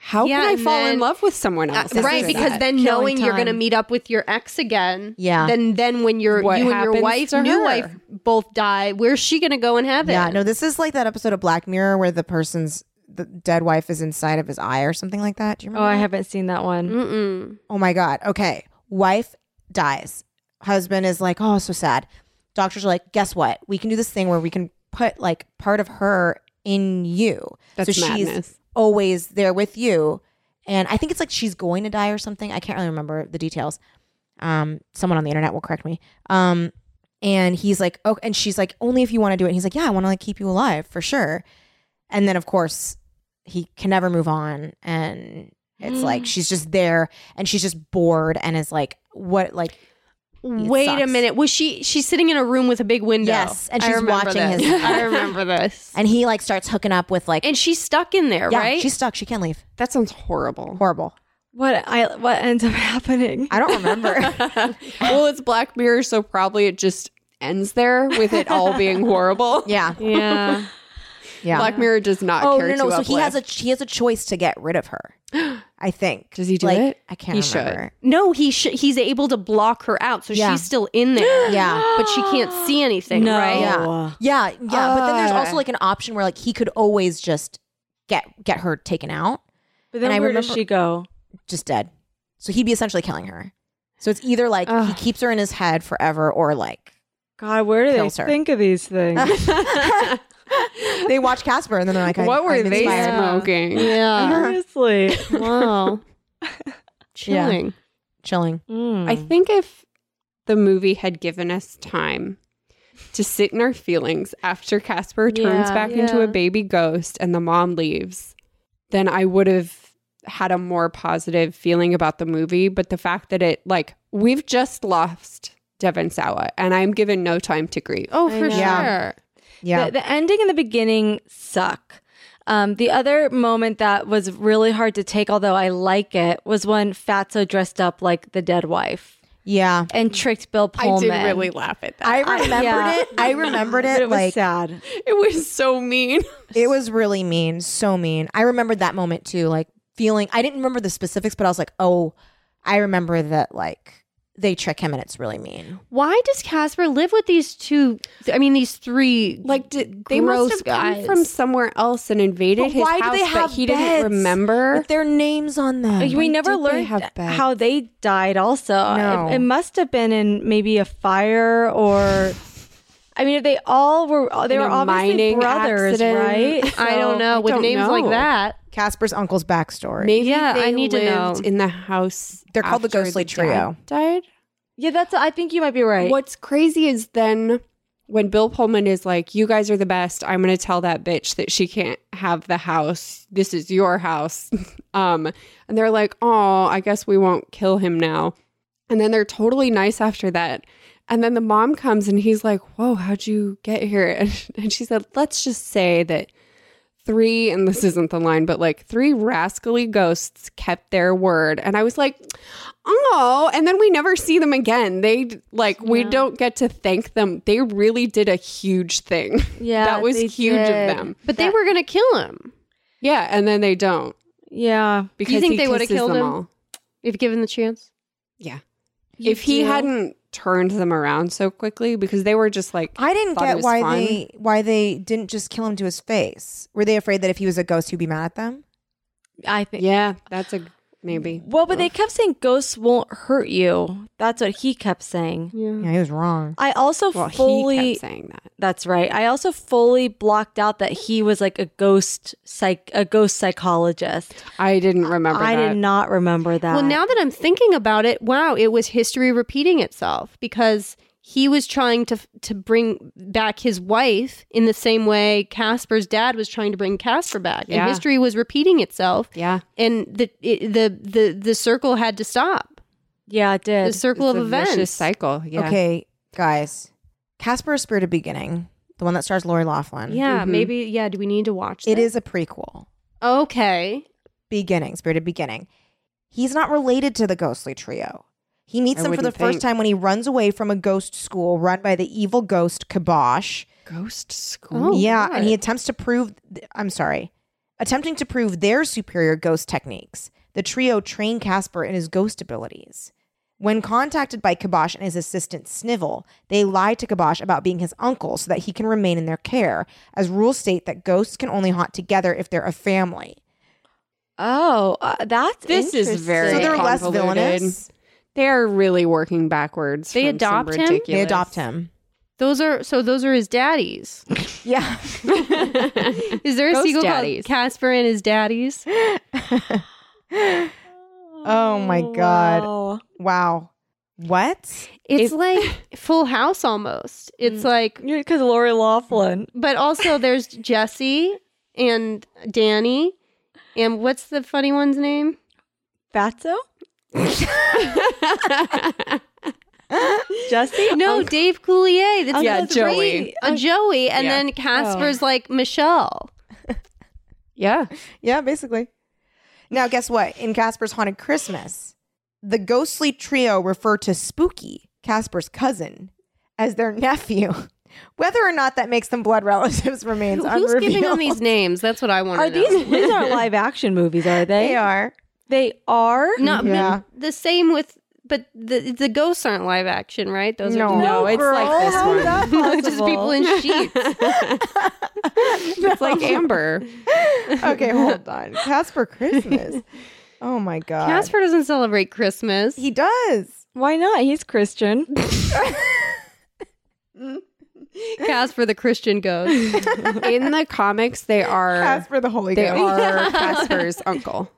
C: How
E: Yeah,
C: can I
E: and
C: fall in
E: then-
C: love with someone
E: Uh,
C: else? after
E: right,
C: that?
E: because then
D: Killing
E: knowing you're
D: time.
E: going to meet up with your ex again,
B: Yeah.
E: Then, then when your
C: What
E: you and your
C: happens
E: wife,
C: to
E: new
C: her?
E: wife, both die, where's she going to go in heaven?
B: Yeah, no, this is like that episode of Black Mirror where the person's the dead wife is inside of his eye or something like that. Do you
D: Oh,
B: remember?
D: I haven't seen that one.
E: Mm. Mm-mm.
B: Oh my god. Okay. Wife dies. Husband is like, "Oh, so sad." Doctors are like, "Guess what? We can do this thing where we can put like part of her in you."
C: That's
B: so
C: madness.
B: she's always there with you And I think it's like she's going to die or something. I can't really remember the details. Um, someone on the internet will correct me. Um, and he's like, oh, and she's like, only if you want to do it. And he's like, yeah, I want to like keep you alive for sure. And then of course he can never move on, and
E: Mm.
B: it's like she's just there and she's just bored and is like, what, like
E: Wait a
B: sucks.
E: minute. Was she she's sitting in a room with a big window?
B: Yes, and
E: I
B: she's
E: remember
B: watching
E: this.
B: his-
E: I remember this.
B: And he like starts hooking up with like,
E: And she's stuck in there,
B: yeah,
E: right?
B: she's stuck. She can't leave.
C: That sounds horrible.
B: Horrible.
D: What I what ends up happening?
B: I don't remember.
C: well, it's Black Mirror, so probably it just ends there with it all being horrible.
B: yeah,
E: yeah.
B: yeah.
C: Black Mirror does not
B: oh
C: care
B: no, no.
C: to
B: So he has a
C: uplift.
B: he has a choice to get rid of her. I think.
C: Does he do
B: like,
C: it?
B: I can't.
C: He should.
B: remember.
E: No, he sh- he's able to block her out, so
B: Yeah.
E: she's still in there.
B: Yeah.
E: but she can't see anything,
D: No.
E: right?
B: Yeah. Yeah, yeah. but then there's
C: Ah.
B: also like an option where like he could always just get get her taken out,
D: But then
B: And I
D: where does
B: remember-
D: she go?
B: just dead. So he'd be essentially killing her. So it's either like he
E: Ugh.
B: keeps her in his head forever, or like
D: God, where do they
B: Kills her.
D: think of these things?
B: they watch Casper and then they're like, I,
C: what were
B: I'm
C: they
B: inspired.
E: Yeah.
C: smoking?
E: Yeah.
D: Honestly,
E: wow. Chilling.
B: Chilling.
D: Mm.
C: I think if the movie had given us time to sit in our feelings after Casper turns
E: Yeah.
C: back into
E: Yeah.
C: a baby ghost and the mom leaves, then I would have had a more positive feeling about the movie. But the fact that it, like, we've just lost Devon Sawa and I'm given no time to grieve.
E: Oh, for
B: Yeah.
E: sure.
B: Yeah.
D: The, the ending and the beginning suck. Um, the other moment that was really hard to take, although I like it, was when Fatso dressed up like the dead wife
B: yeah.
D: and tricked Bill
C: I
D: Pullman.
C: did really laugh at that.
B: I remembered
D: yeah.
B: it. I remembered it.
D: But it was
B: like
D: sad.
C: it was so mean.
B: it was really mean, so mean. I remembered that moment too. Like feeling, I didn't remember the specifics, but I was like, oh, I remember that. Like they trick him and it's really mean.
E: Why does Casper live with these two? I mean, these three.
C: Like did, they must
E: Gross
C: have come
E: guys.
C: from somewhere else and invaded
B: But
C: his
B: why do
C: house,
B: they have
C: but he
B: beds?
C: didn't remember.
B: With their names on them.
D: we never
C: did they
D: learned
C: have beds?
D: how they died. Also,
B: No.
D: it, it must have been in maybe a fire or. I mean, if they all were, they
C: In
D: were
C: a
D: obviously
C: mining
D: brothers,
C: accident.
D: right?
E: I don't know.
C: I
E: with
C: don't
E: names
C: know.
E: like that.
B: Casper's uncle's backstory.
C: Maybe
E: Yeah,
C: they
E: I need to know.
C: lived in the house.
B: They're called the
C: after
B: Ghostly
C: dad
B: Trio.
C: Died.
D: Yeah, that's. I think you might be right.
C: What's crazy is then when Bill Pullman is like, "You guys are the best. I'm going to tell that bitch that she can't have the house. This is your house." um, and they're like, "Oh, I guess we won't kill him now." And then they're totally nice after that. And then the mom comes and he's like, "Whoa, how'd you get here?" And, and she said, "Let's just say that." Three, and this isn't the line, but like three rascally ghosts kept their word. And I was like, oh and then we never see them again they d- like we don't get to thank them they really did a huge thing
D: Yeah,
C: that was
D: they
C: huge
D: did.
C: of them
E: But they were gonna kill him
C: yeah and then they don't
D: Yeah,
C: because
E: think
C: he
E: they would've
C: kisses
E: killed
C: them
E: him?
C: all.
E: if given the chance.
C: if he
D: do?
C: hadn't turned them around so quickly because they were just like
B: I didn't
C: thought it
B: get
C: was
B: why
C: fun.
B: they why they didn't just kill him to his face. Were they afraid that if he was a ghost, he'd be mad at them?
D: I think.
C: yeah that's a maybe
D: Well, but they kept saying ghosts won't hurt you. That's what he kept saying.
B: Yeah, he was wrong.
D: I also
C: well he
D: fully
C: kept saying that
D: that's right. I also fully blocked out that he was like a ghost psych a ghost psychologist.
C: i didn't remember
D: I
C: that
D: did not remember that.
E: Well, now that I'm thinking about it, wow, it was history repeating itself because he was trying to to bring back his wife in the same way Casper's dad was trying to bring Casper back,
C: Yeah.
E: and history was repeating itself,
C: yeah
E: and the it, the the the circle had to stop.
D: yeah, it
E: The
D: did.
E: circle
C: It's
E: of
C: a vicious
E: events.
C: cycle yeah
B: Okay, guys. Casper's Spirited Beginning, the one that stars Lori Laughlin.
E: Yeah,
C: Mhm.
E: maybe. Yeah, do we need to watch?
B: It
E: that?
B: is a prequel.
E: okay.
B: beginning, spirited beginning. He's not related to the ghostly trio. He meets
C: I
B: them for the
C: wouldn't
B: first
C: think.
B: time when he runs away from a ghost school run by the evil ghost Kibosh.
C: ghost school
E: Oh,
B: yeah, and he
E: God.
B: attempts to prove I'm sorry, attempting to prove their superior ghost techniques. The trio train Casper in his ghost abilities. When contacted by Kibosh and his assistant Snivel, they lie to Kibosh about being his uncle so that he can remain in their care, as rules state that ghosts can only haunt together if they're a family.
D: oh, uh, that's
C: This is
D: interesting.
C: very-
B: So they're less
C: convoluted.
B: villainous.
C: they're really working backwards
E: They
C: from some
E: adopt him? They
B: They
C: ridiculous-
B: adopt him.
E: Those are so. Those are his daddies.
B: Yeah.
E: Is there a
C: Ghost
E: sequel
C: daddies.
E: called Casper and His Daddies?
B: Oh my God.
D: Wow.
B: Wow. What?
C: If-
E: It's like Full House almost. It's like,
D: Because Lori Laughlin.
E: but also there's Jesse and Danny, and what's the funny one's name?
D: Fatso? Jesse?
E: No, Dave Coulier. That's
D: Yeah,
E: the
C: Joey.
E: three. Uh, Joey, and
C: Yeah.
E: then Casper's like Michelle.
C: yeah.
B: Yeah, basically. Now, guess what? In Casper's Haunted Christmas, the ghostly trio refer to Spooky, Casper's cousin, as their nephew. Whether or not that makes them blood relatives remains
E: Who's
B: unrevealed.
E: giving them these names? That's what I want
D: Are
E: to know.
D: these these are live action movies, are they?
B: They are.
D: They are?
E: No,
B: Yeah.
E: but the same with, but the the ghosts aren't live action, right? Those
B: No.
E: are
C: No, it's like this
D: how is
C: one.
D: that possible?
E: just people in sheets.
C: It's
B: Oh.
C: like Amber.
B: Okay, hold on. Casper Christmas. Oh my god.
E: Casper doesn't celebrate Christmas.
B: He does.
D: Why not? He's Christian.
E: Casper the Christian ghost.
C: In the comics, they are
B: Casper the Holy
C: they
B: Ghost.
C: are Casper's uncle.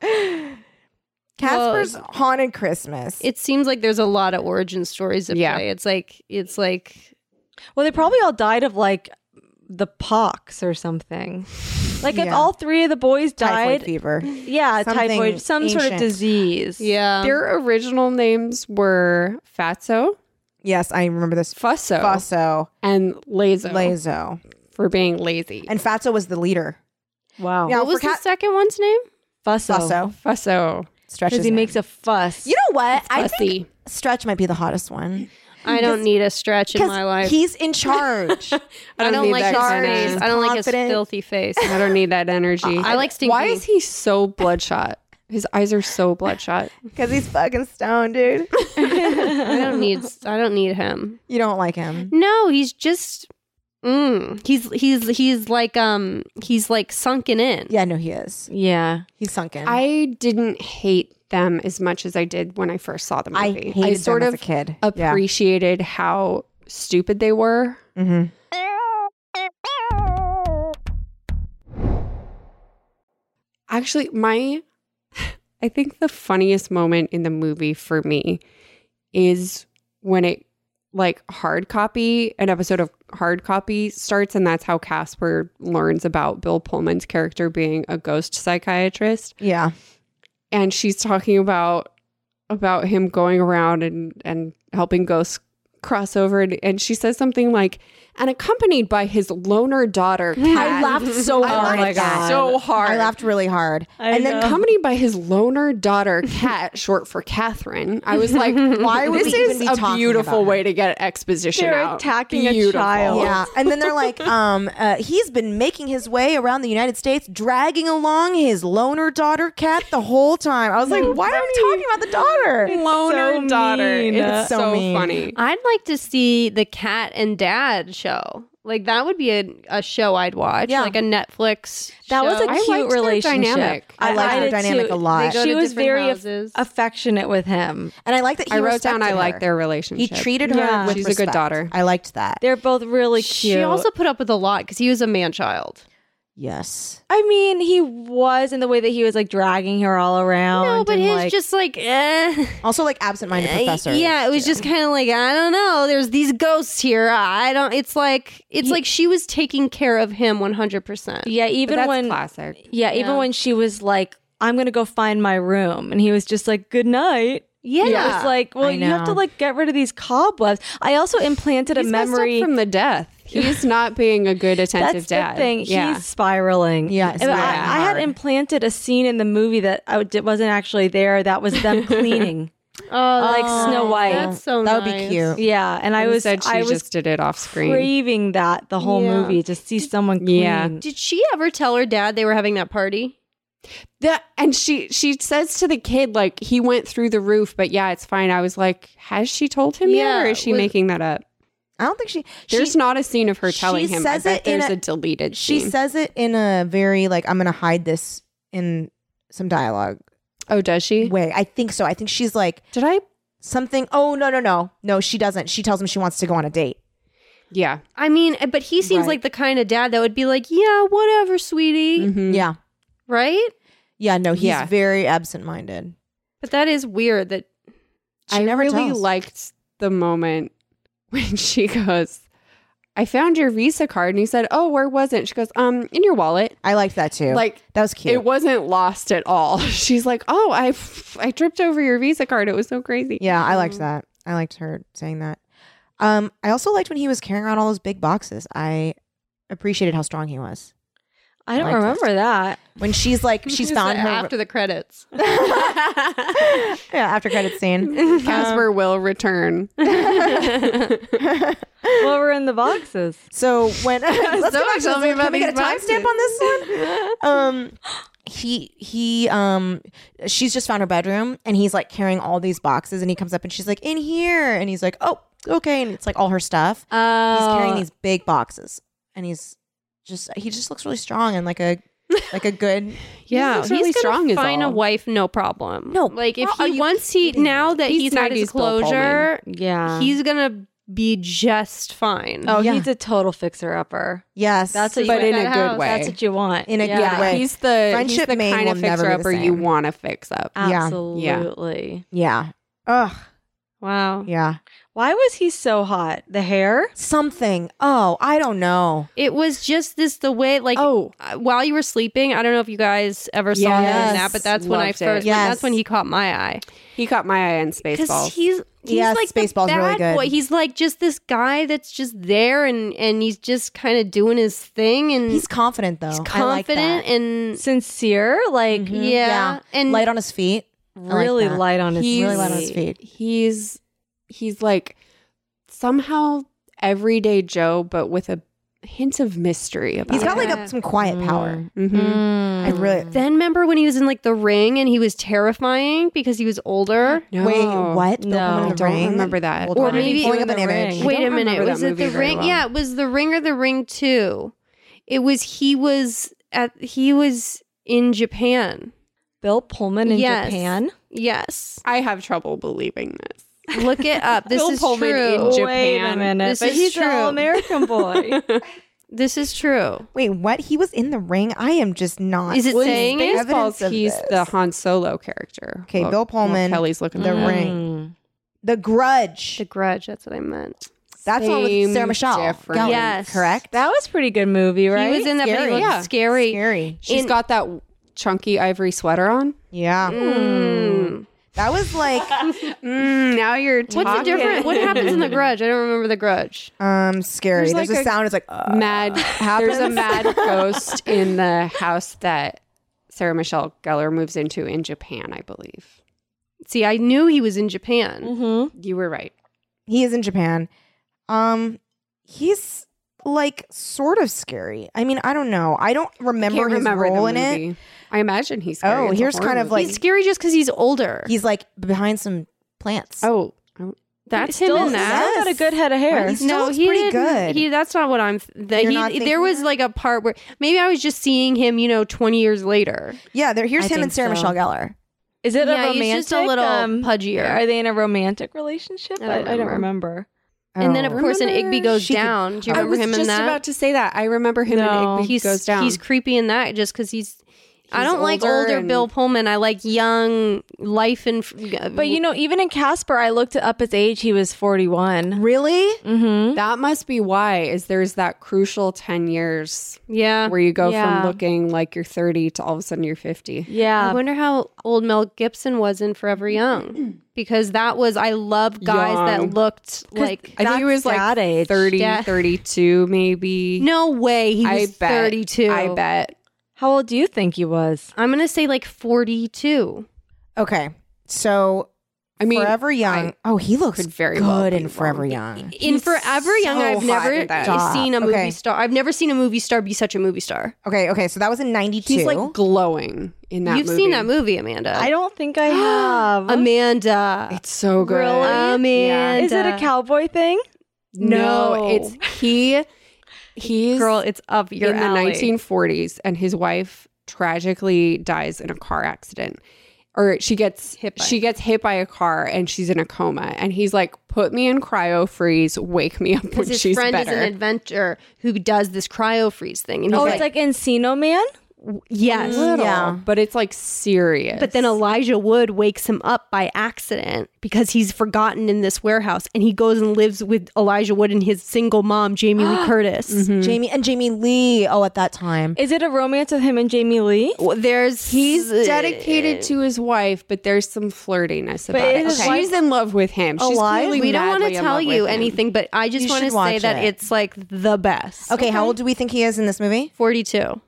B: Casper's Haunted Christmas.
E: it seems like there's a lot of origin stories at
C: Yeah.
E: play. It's like it's like
D: Well, they probably all died of like the pox or something. Like if
B: Yeah.
D: all three of the boys
B: typhoid
D: died,
B: fever.
D: yeah,
B: Something
D: typhoid, some sort of
B: ancient.
D: disease.
B: Um,
E: yeah.
C: Their original names were Fatso,
B: Yes, I remember this.
C: Fusso,
B: Faso,
C: and Lazo,
B: Lazo,
C: for being lazy.
B: and Fatso was the leader.
D: Wow.
B: Now
E: what was
B: for
E: the
B: Ca-
E: second one's name?
D: Fusso.
B: Faso
C: Fusso,
B: stretches.
D: Because he makes a fuss.
B: You know what? I think
C: fussy.
B: Stretch might be the hottest one
E: I don't need a stretch in my life.
B: because he's in charge.
E: I don't,
C: need
E: like
C: that
E: his
B: kinda-
E: face. I don't like his
B: Confident.
E: filthy face.
C: I don't need that energy.
E: I like stinky.
C: Why is he so bloodshot? His eyes are so bloodshot.
B: Because he's fucking stoned, dude.
E: I don't need. I don't need him.
B: You don't like him.
E: No, he's just. Mm, he's he's he's like um he's like sunken in.
B: Yeah, no, he is.
D: Yeah.
B: He's sunken.
C: I didn't hate them as much as I did when I first saw the movie.
B: I hated
C: I sort
B: them
C: of
B: as a kid. Yeah.
C: appreciated how stupid they were.
B: hmm
C: Actually, my I think the funniest moment in the movie for me is when it like hard copy, an episode of hard copy starts, and that's how Casper learns about Bill Pullman's character being a ghost psychiatrist.
B: Yeah.
C: And she's talking about about him going around and and helping ghosts cross over and, and she says something like and accompanied by his loner daughter Kat."
B: so
C: I
B: hard.
C: laughed
B: at that.
C: so hard
B: I laughed really hard.
C: and then accompanied by his loner daughter, Kat, short for Catherine. I was like, why
B: would
C: this
B: we even
C: is
B: be
C: a
B: talking
C: beautiful
B: about
C: way to get exposition
D: They're
C: out.
D: attacking a
C: Beautiful.
E: Oh.
D: child.
B: Yeah, and then they're like, um, uh, he's been making his way around the United States, dragging along his loner daughter cat the whole time. I was like, why are we talking about the daughter?
C: Loner
D: so
C: daughter.
D: mean.
C: It's
D: That's
C: so,
B: so mean.
C: funny.
E: I'd like to see the cat and dad show. Like that would be a, a show I'd watch.
B: Yeah.
E: Like a Netflix.
D: That was
E: show.
D: a
C: I
D: cute
C: liked their
D: relationship.
C: dynamic.
B: I liked their
D: did
B: dynamic
D: too.
B: a lot. They
E: go
D: She
E: to
D: was
E: different
D: very aff-
E: houses.
D: affectionate with him.
B: And I like that he
C: I wrote down I
B: respected
C: like
B: her.
C: their
B: He
C: relationship.
B: treated her
D: Yeah.
B: with
C: She's a good
B: respect.
C: daughter.
B: I liked that.
D: They're both really cute.
E: she also put up with a lot because he was a man child.
B: yes.
D: I mean, he was in the way that he was like dragging her all around.
E: No, but
D: and,
E: his
D: like-
E: just like eh.
B: Also, like absent-minded
E: Uh,
B: professor.
E: Yeah, it was just kind of like I don't know. There's these ghosts here. I don't. It's like it's like she was taking care of him 100. percent
D: yeah,
C: But
D: even
C: that's
D: when
C: classic.
D: yeah, even
E: Yeah.
D: when she was like, "I'm gonna go find my room," and he was just like, "Good night."
E: Yeah,
D: It was like, well,
B: I
D: you have to
B: know.
D: like get rid of these cobwebs. I also implanted a
C: He's messed up
D: memory
C: from the death. He's not being a good attentive
D: That's
C: dad.
D: the thing.
C: Yeah.
D: He's spiraling.
B: Yeah,
D: And I,
B: spiraling
D: I had
B: hard.
D: implanted a scene in the movie that I d- wasn't actually there. That was them cleaning.
E: oh,
D: like Snow White.
E: That's so.
B: that would
E: nice.
B: be cute.
D: yeah, and I was
C: Instead, she
D: I was
C: just did it off screen.
D: craving that the whole
E: Yeah.
D: movie to see someone clean.
C: Yeah.
E: Did she ever tell her dad they were having that party?
C: The, and she she says to the kid like he went through the roof, but yeah, it's fine. I was like, has she told him yet,
E: Yeah,
C: or is she
E: with-
C: making that up?
B: I don't think she. she
C: There's not a scene of her
B: she
C: telling him. I
B: says
C: bet
B: it in
C: there's a,
B: a-
C: deleted
B: she
C: scene.
B: says it in a very like I'm gonna hide this in some dialogue
C: oh, does she?
B: way. I think so. I think she's like
C: Did I?
B: something. Oh no no no no. She doesn't. She tells him she wants to go on a date.
C: Yeah.
E: I mean, eh, but he seems
B: Right.
E: like the kind of dad that would be like, yeah, whatever, sweetie,
C: Mhm.
B: Yeah.
E: right?
B: Yeah, no, he's
C: Yeah.
B: very absent-minded.
E: But that is weird that
B: She
C: I
B: never
C: really
B: tells.
C: liked the moment when she goes, I found your Visa card. And he said, Oh, where was it? She goes, Um, in your wallet.
B: I liked that too.
C: Like,
B: that was cute.
C: it wasn't lost at all. She's like, Oh, I, I tripped over your Visa card. It was so crazy.
B: yeah, I liked that. I liked her saying that. Um, I also liked when he was carrying around all those big boxes. I appreciated how strong he was.
D: I don't
B: Like this.
D: remember that.
B: When she's like, she's
E: Just
B: found her
E: after the credits.
B: yeah, after credit scene.
C: Casper
B: Um,
C: will return.
D: Well, we're in the boxes.
B: So when let's go back
C: Someone
B: to
C: tell
B: this.
C: me
B: Can
C: about
B: we get a
C: these
B: timestamp on this one? Um, he he um, she's just found her bedroom and he's like carrying all these boxes and he comes up and she's like in here and he's like oh okay and it's like all her stuff.
D: Oh,
B: He's carrying these big boxes and he's just he just looks really strong and like a like a good
C: Yeah,
E: he's,
C: he's
E: gonna
C: strong as
E: find
C: all.
E: a wife, no problem.
B: No,
E: like if
B: are
E: he
B: you
E: once he
B: kidding me?
E: now that
C: He's
E: he's, had his
C: 90s Bill
E: closure,
D: yeah.
E: he's gonna be just fine.
D: oh,
B: Um, Yeah.
D: he's a total fixer upper.
B: yes
D: That's what you
C: but
D: want
C: in a
E: that
C: good
E: house.
C: way.
D: That's what you want
B: In a good
D: yeah.
B: way.
C: He's the
B: Friendship
C: he's the
B: main
C: kind
B: will
C: of
B: never be
C: fixer
B: the
C: upper you
B: same.
C: want to fix up.
B: Yeah.
D: Absolutely.
B: yeah ugh
E: Wow,
B: yeah
D: Why was he so hot? The hair?
B: something oh I don't know
E: it was just this the way like
C: oh,
E: uh, while you were sleeping. I don't know if you guys ever saw him
C: Yes.
E: in that, but that's when I
C: Loved it.
E: first.
B: Yes.
E: that's when he caught my eye
C: he caught my eye in Spaceballs.
E: because he's. He's
B: Yes,
E: like the
B: Spaceball's
E: bad
B: really good.
E: boy. He's like just this guy that's just there, and and he's just kind of doing his thing, and
B: he's confident though
E: he's
B: I like that.
E: confident,
D: Mm.
E: and
D: Sincere? Like
B: Mhm.
E: yeah, and
B: light on his feet like
D: really
B: that.
D: light on his
C: He's-
B: really light on his feet.
C: he's he's like somehow everyday Joe, but with a hint of mystery about.
B: He's got
C: it.
B: like a, some quiet
D: Mm.
B: power.
C: Mhm.
B: I really
E: Then remember when he was in like the ring and he was terrifying because he was older?
C: No.
B: wait. What?
D: No.
B: Bill Pullman in
D: I
B: the
C: don't
B: Ring?
C: remember that.
B: Hold on.
E: Or
B: I'm
E: maybe
B: pulling
D: in
B: up an
D: the
B: image.
D: ring. I
E: Wait a
C: don't
E: minute.
C: remember that
E: Was it
C: movie
E: the
C: very
E: ring?
C: well.
E: Yeah, it was the ring or the ring two. It was he was at he was in Japan.
D: Bill Pullman in
E: Yes.
D: Japan.
E: Yes.
C: I have trouble believing this.
E: Look it up. This
C: Bill
E: is
C: Pullman
E: true.
C: in
D: Wait a
C: Japan.
D: minute.
E: This
D: but
E: is
D: he's an
E: true.
D: all-American boy.
E: This is true.
B: Wait, what? He was in the ring. I am just not.
E: Is it
C: Well, in
E: saying it?
B: Evidence
C: Spaceballs,
B: of
C: he's
B: this.
C: the Han Solo character.
B: Okay,
C: Well,
B: Bill Pullman,
C: well, Kelly's looking
B: The
C: at that.
B: Ring. Mm.
D: Mm.
B: The Grudge?
E: The Grudge, that's what I meant.
B: That's the one with
C: Same
B: Sarah Michelle.
C: difference.
B: Gellar,
E: Yes.
B: correct.
D: That was a pretty good movie, right?
E: He was in that but he
B: Scary.
E: looked
C: Yeah.
E: scary.
B: scary.
C: She's
E: In-
C: got that chunky ivory sweater on.
B: Yeah,
E: Mm.
B: that was like
C: Mm, now you're
E: What's the difference? What happens in the grudge? I don't remember the grudge.
B: um scary. There's,
C: There's
B: a,
C: like a
B: sound. It's like uh,
C: mad there's a mad ghost in the house that Sarah Michelle Gellar moves into in Japan, I believe.
E: See, I knew he was in Japan.
D: Mm-hmm.
C: You were right.
B: He is in Japan. Um, he's like sort of scary. I mean, I don't know. I don't remember his role in it.
C: I imagine he's
B: Oh,
C: scary. It's a
B: here's
C: horror
B: kind of
C: movie.
B: like-
E: he's scary just because he's older.
B: He's like behind some plants.
C: oh
E: that's him
D: Still,
E: in that.
D: still got a good head of hair.
B: He's- still looks pretty
E: didn't-
B: good.
E: He that's not what I'm. That
B: You're not
E: he,
B: thinking
E: there was
B: that?
E: like a part where maybe I was just seeing him, you know, 20 years later.
B: yeah. There, here's
D: I
B: him and
D: think
B: Sarah
D: so.
B: Michelle Gellar.
D: Is it a
E: yeah,
D: romantic?
E: he's just a little
D: um,
E: pudgier.
D: Are they in a romantic relationship?
E: I don't
D: I don't
E: remember.
D: remember.
E: and
B: Oh.
E: then of course, an
C: Oh. Remember
E: Igby goes
B: she could-
E: down. Do you
C: I
E: remember
C: was
E: him
C: just
E: in that?
C: about to say that. I remember him
D: No.
C: and Igby
E: he's
C: goes down.
E: he's creepy in that just because he's. I
C: He's
E: don't like
C: older
E: older
C: and-
E: Bill Pullman. I like young life and.
D: But you know, even in Casper, I looked up his age. He was 41.
B: Really?
D: Mm-hmm.
C: that must be why is there's that crucial 10 years
B: Uh,
E: yeah.
C: where you go
D: Yeah.
C: from looking like you're 30 to all of a sudden you're 50.
E: I
D: Yeah.
E: wonder how old Mel Gibson was in Forever Young because that was I love guys that
C: Young.
E: looked like
C: I think he was like
D: that age.
C: 30,
E: Yeah.
C: 32 maybe.
E: no way he
C: I
E: was
C: bet.
E: 32.
C: I bet.
D: How old do you think he was?
E: I'm gonna say like 42.
B: Okay. So
C: I mean,
B: Forever Young.
C: I
B: oh, he looks
C: could
B: very
C: very
B: good
C: well be
B: in Forever
C: wrong.
B: Young.
E: In Forever Young,
B: so
E: I've
B: hot
E: never
B: in that.
E: seen a movie
B: Okay.
E: star. I've never seen a movie star be such a movie star.
B: Okay, okay. So that was in '92.
C: he's like glowing in that
E: You've
C: movie.
E: seen that movie, Amanda.
D: I don't think I have.
E: Amanda.
C: It's so good.
D: Really?
E: Amanda.
D: Is it a cowboy thing?
C: No,
E: No.
C: it's he. He's
E: Girl, it's up your
C: in the
E: alley.
C: 1940s, and his wife tragically dies in a car accident, or she gets
E: Hit by-
C: she gets hit by a car, and she's in a coma. And he's like, "Put me in cryo freeze. Wake me up when
E: Because his
C: she's
E: friend
C: better."
E: is an adventurer who does this cryo freeze thing, and he's
D: Oh,
E: like,
D: it's like Encino Man.
E: Yes.
C: little,
B: Yeah.
C: but it's like serious.
E: But then Elijah Wood wakes him up by accident because he's forgotten in this warehouse and he goes and lives with Elijah Wood and his single mom, Jamie Lee Curtis.
C: Mm.
B: Jamie and Jamie Lee. Oh, at that time.
D: Is it a romance of him and Jamie Lee?
E: Well, there's
C: he's dedicated to his wife, but there's some flirtiness about it.
D: is his
C: She's in love with him. She's
B: Alive?
C: clearly
E: We don't
C: want to
E: tell you anything, but I just
B: You
E: want
B: should
E: to say
B: watch
E: that
B: it.
E: it's like the best.
B: Okay, how old do we think he is in this movie?
E: 42.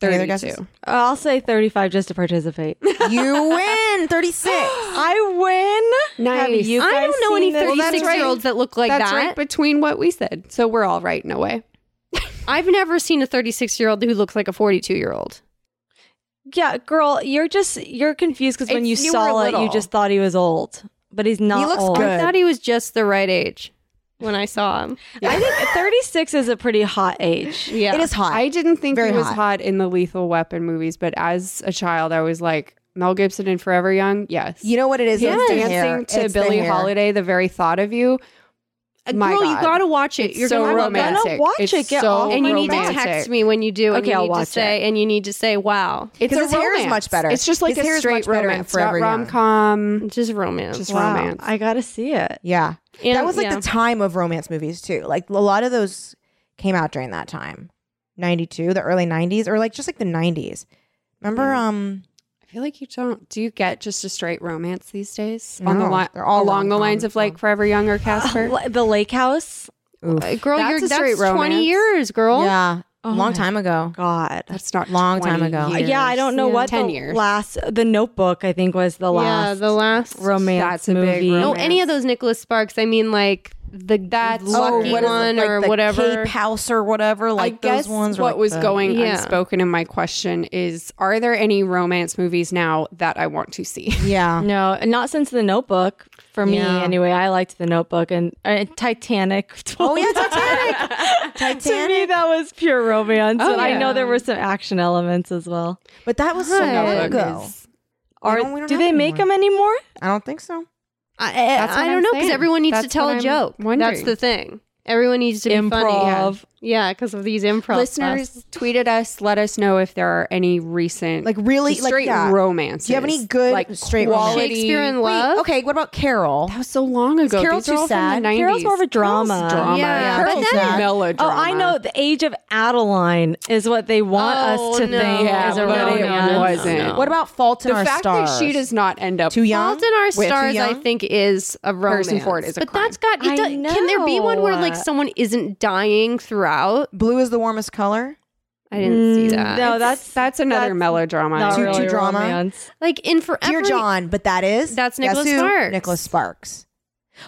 B: Any other
C: 32.
B: guesses?
D: Uh, I'll say 35 just to participate.
B: You win. Thirty six.
D: I win.
C: Nice.
D: Have you
E: I
D: guys
E: don't know any
D: seen this?
E: 36 year olds that look like
C: That's
E: that.
C: right between what we said. So we're all right in a way.
E: I've never seen a 36 year old who looks like a 42 year old.
D: Yeah, girl, you're just you're confused because when you,
C: It's- you were
D: saw it, you
C: little.
D: just thought he was old, but he's not.
B: looks
D: old.
B: good.
E: I thought he was just the right age when I saw him.
D: I think 36 is a pretty hot age.
E: Yeah.
B: It is hot.
C: I didn't think
B: Very
C: he was
B: hot.
C: hot. in the Lethal Weapon movies, but as a child, I was like, Mel Gibson in Forever Young, yes.
B: you know what it is?
C: His
B: It's the hair.
C: dancing to
B: It's the
C: Billie
B: hair.
C: Holiday, the very thought of you.
E: Uh,
C: My
E: Girl, you
C: God.
E: gotta watch it.
C: It's
E: You're
C: so
E: gonna love it.
C: romantic.
D: watch
C: It's
D: it. Get
C: so
D: off my
E: And you need
C: romantic.
E: to text me when you do. And
D: Okay,
E: you
D: I'll
E: need to
D: watch
E: say, and you need to say, wow.
C: It's
B: Because
C: a
B: his hair is
C: romance.
B: much better.
C: It's just like
B: His hair
C: a
B: is much
C: straight
B: better in
C: romance, not
B: Forever Young.
C: rom com.
E: It's just romance.
C: Just
D: Wow,
C: romance.
D: I gotta see it.
B: Yeah.
E: And-
B: that was like
E: yeah.
B: the time of romance movies too. Like a lot of those came out during that time. 92, the early 90s or like just like the 90s. Remember um
C: I feel like you don't. Do you get just a straight romance these days? On the
B: No,
C: line,
B: they're all
C: along the
B: rom-com,
C: lines of like
B: so.
C: Forever Young or Casper.
D: Li- The Lake House.
B: oof.
E: Uh, girl,
C: That's
E: you're
C: a
E: that's
C: straight
E: 20
C: romance.
E: years, girl.
B: Yeah.
D: Oh
B: long
D: my
B: time ago.
D: God.
C: That's not
B: Long time
C: 20
B: ago.
D: Uh,
C: years.
D: Yeah, I don't know
C: Yeah.
D: what
C: ten
D: the
C: years.
D: last. The Notebook, I think, was the
E: Yeah,
D: last.
E: the last
D: romance
C: That's a big
D: movie.
E: No,
C: romance.
E: any of those Nicholas Sparks. I mean, like the that
C: Oh,
E: lucky
C: what is it,
E: one
B: Like
E: or
B: the
E: whatever.
B: Cape House or whatever, like
C: I guess
B: those ones. or,
C: what
B: like,
C: was
B: the-
C: going
E: Yeah.
C: unspoken in my question is: Are there any romance movies now that I want to see?
B: Yeah.
D: No, not since the Notebook. For me,
B: Yeah.
D: anyway, I liked the Notebook and uh, Titanic.
B: Oh yeah, Titanic.
D: to
B: Titanic.
D: me, that was pure romance,
C: Oh,
D: and I
C: yeah.
D: know there were some action elements as well.
B: But that was so
E: Right.
B: long
C: Notebook
B: ago.
C: is-
B: We
D: Are
B: don't- we don't
D: do
B: have
D: they
B: any
D: make
B: more.
D: them anymore?
B: I don't think so.
E: I,
C: That's
E: I,
C: what
E: I don't
C: I'm
E: know because
C: saying.
E: everyone needs to
C: That's
E: tell
C: what
E: a
C: I'm
E: joke. That's
C: wondering.
E: the thing. Everyone needs to be funny.
D: Improv.
E: Yeah, because of these improv
C: Listeners,
E: classes.
C: tweeted us. Let us know if there are any recent
B: Like really
C: just
B: like
C: straight
B: yeah.
C: romances.
B: Do you have any good
C: like
B: straight
C: quality?
B: romances?
E: Shakespeare in
B: Wait,
E: Love.
B: okay, what about Carol?
C: That was so long ago.
B: Carol
C: These
B: Too
C: are all
B: Sad?
C: From the 90s.
D: Carol's more of a drama.
C: drama.
E: Yeah, but
C: Carol's
E: that
B: is-
C: melodrama.
D: Oh, I know. The Age of Adeline is what they want us
E: Oh,
D: to
E: no.
D: think
E: Yeah,
D: is a
E: but it
D: romance.
C: wasn't.
E: No.
B: What about Fault in
C: The
B: Our
C: fact
B: Stars?
C: that she does not end up
B: Too young.
E: Fault in Our
C: too
E: Stars, I
C: young.
E: think, is a romance.
C: Ford is a
E: but
C: crime.
E: that's got. It
D: I
E: does, can there be one where like
D: know.
E: someone isn't dying throughout?
B: Blue is the warmest color.
E: I didn't see
D: Mm,
E: that.
D: no, that's-
C: that's another
D: that's
C: melodrama.
B: Too-
D: Not
B: too
D: really
B: drama.
D: romance.
E: like in forever.
B: Dear John, but that is
E: That's
B: guess
E: Nicholas
B: who?
E: Sparks.
B: Nicholas Sparks.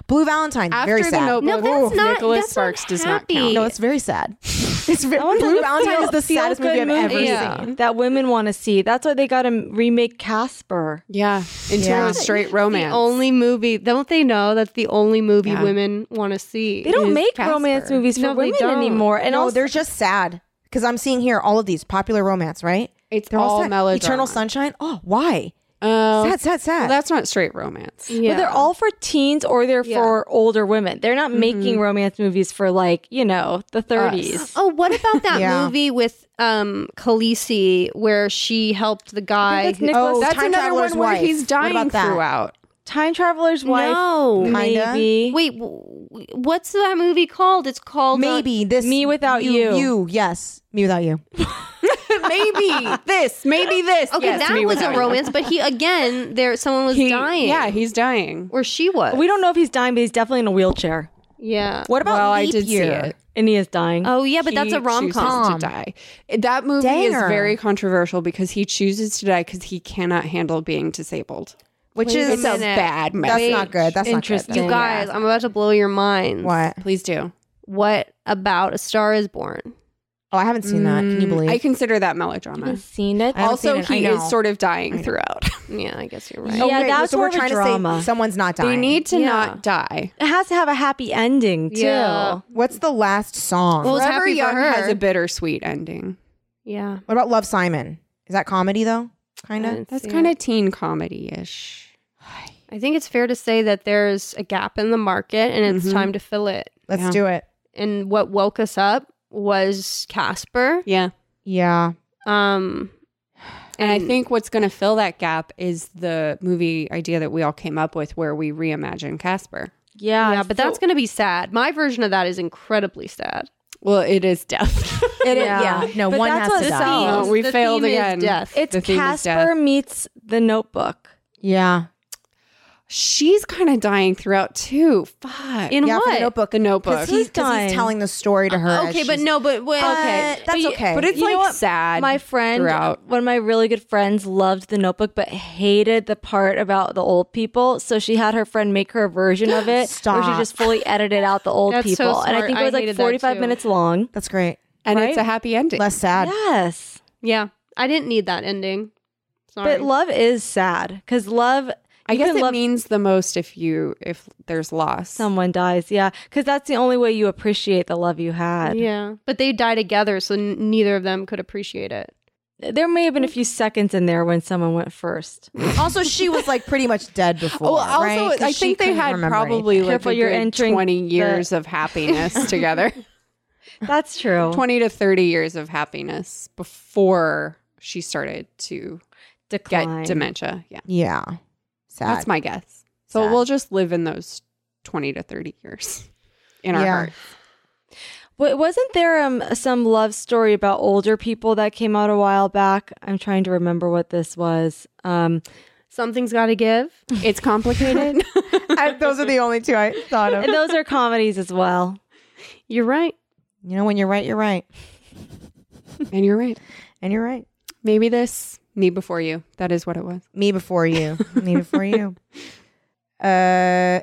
B: Blue Valentine.
C: After
B: very
C: the
B: sad.
C: Notebook,
E: No, that's
C: ooh,
E: not-
C: Nicholas
E: that's not
C: Sparks does not
E: happy.
C: count.
B: no, it's very sad. It's very,
D: That one's
B: Blue
D: a
B: Valentine is the
D: feel-
B: saddest movie
D: feel-good
B: I've ever
D: movie
E: Yeah.
B: seen.
D: That women want to see. That's why they got to remake Casper.
C: Yeah, into
B: Yeah.
C: a straight
E: the
C: romance.
E: only movie. Don't they know that's the only movie
C: Yeah.
E: women want to see?
D: They don't
C: is
D: make
C: Casper.
D: romance movies for
E: No, they
D: women
E: don't.
D: anymore. And
B: And no,
D: also,
B: they're just sad because I'm seeing here all of these popular romance, right?
C: it's
B: They're
C: all
B: sad.
C: melodrama.
B: Eternal Sunshine. Oh, why?
C: Oh,
B: Sad, sad,
C: well,
B: sad.
C: that's not straight romance.
E: Yeah.
D: But they're all for teens or they're
E: Yeah.
D: for older women. They're not making romance movies for like, you know, the 30s.
E: Oh, what about that
B: Yeah.
E: movie with um Khaleesi where she helped the guy?
D: that's
E: who-
D: Nicholas-
B: oh,
C: That's
B: Time
C: another
B: Traveler's
C: one where
B: Wife.
C: he's
B: What
C: dying
B: about that?
C: throughout.
D: Time Traveler's Wife.
E: No.
B: Kinda.
D: Maybe.
E: Wait, w- w- what's that movie called? It's called uh,
B: Maybe this
D: Me Without You.
B: You, yes, me without you.
C: maybe this, maybe this.
E: okay,
C: Yes,
E: that
C: me
E: was a
C: without you.
E: romance, but he again there someone was
C: He-
E: dying.
C: Yeah, he's dying.
E: or she was.
D: We don't know if he's dying, but he's definitely in a wheelchair.
E: yeah.
B: What about
C: Well, I
B: Leap
C: did see
B: Year?
C: it.
D: And he is dying.
E: Oh yeah, but that's
C: He
E: a rom com.
C: chooses To die. That movie
B: Danger.
C: is very controversial because he chooses to die because he cannot handle being disabled.
B: Which is
C: It's a
E: minute.
C: bad
B: that's
C: message.
B: not good. That's
D: Interesting.
B: Not
E: You
B: good.
E: guys, I'm about to blow your minds.
B: What?
C: Please do.
E: What about A Star Is Born?
B: Oh, I haven't seen that. Can you
C: Mm,
B: believe?
C: I consider that
D: I
C: melodrama.
D: haven't seen it.
B: I haven't
C: Also,
B: seen it. I
C: he
B: know.
C: is sort of dying throughout.
E: Yeah, I guess you're right.
D: Yeah, that's
B: so we're
D: more of a
B: trying to
D: drama.
B: say someone's not dying.
C: They need to
E: Yeah.
C: not die.
D: It has to have a happy ending too.
E: Yeah.
B: What's the last song?
E: Well, it's
C: Forever
E: happy for
C: Young
E: her.
C: has a bittersweet ending.
E: Yeah.
B: what about Love Simon? Is that comedy though? Kind
E: I
B: of.
E: didn't
C: That's
E: see
C: kind
E: it.
C: of teen comedy ish.
E: I think it's fair to say that there's a gap in the market and it's
C: Mhm.
E: time to fill it.
B: Let's
C: Yeah.
B: do it.
E: And what woke us up was Casper.
C: Yeah.
B: Yeah.
E: Um
C: And I think what's going to fill that gap is the movie idea that we all came up with where we reimagine Casper.
D: Yeah,
E: yeah, but that's going to be sad. My version of that is incredibly sad.
C: Well, it is death.
B: It is- yeah. No,
D: But
B: one
D: that's
B: has
D: what
B: to
D: it
B: die.
D: seems.
C: Oh, we
E: The
C: failed
E: theme is
C: again.
E: death.
D: it's
C: The theme is
D: Casper
C: death.
D: meets The Notebook.
B: Yeah.
C: She's kind of dying throughout too. Fuck.
E: In
B: Yeah, for the
E: what?
B: notebook.
C: The notebook.
B: Because he's, 'cause he's
D: dying.
B: telling the story to her. as
E: okay, but
B: she's-
E: no, but wait,
B: Okay.
E: okay.
B: That's
D: Uh, But you-
B: okay.
C: but it's
D: You know
C: like
D: what?
C: sad.
D: My friend,
C: throughout.
D: one of my really good friends, loved The Notebook, but hated the part about the old people. So she had her friend make her a version of it, where she
B: Stop.
D: just fully edited out the old
E: That's so
D: people. and I
E: smart.
D: think it
E: I
D: was like
E: hated that
D: forty-five
E: too.
D: minutes long.
B: That's great.
C: and
D: right?
C: it's a happy ending.
B: Less sad.
D: Yes.
E: yeah, I didn't need that ending. Sorry.
D: But love is sad because love.
C: I
D: you
C: guess
D: can
C: it
D: love
C: means the most if you if there's loss.
D: someone dies. Yeah, because that's the only way you appreciate the love you had.
E: yeah, but they die together, so n- neither of them could appreciate it.
D: There may have been a few seconds in there when someone went first.
B: also, she was like pretty much dead before.
C: Well, Oh, also,
B: right? 'Cause
C: I
B: she
C: think they
B: couldn't
C: had
B: remember
C: probably
B: anything.
C: like
D: Careful,
C: a
D: you're
C: good
D: entering
C: twenty
D: the-
C: years of happiness together,
D: That's true.
C: twenty to thirty years of happiness before she started to get
D: Decline.
C: dementia. Yeah,
B: Yeah. Sad.
C: that's my guess. So
B: Sad.
C: we'll just live in those twenty to thirty years in our
B: Yeah.
C: hearts.
D: Wa- wasn't there um, some love story about older people that came out a while back? I'm trying to remember what this was. Um,
E: Something's got to give.
C: It's complicated.
B: I- those are the only two I thought of.
D: and those are comedies as well.
E: You're right.
B: You know, when you're right, you're right.
C: and you're right.
B: And you're right.
C: Maybe this me before you. That is what it was.
B: Me before you. Me before you. Uh,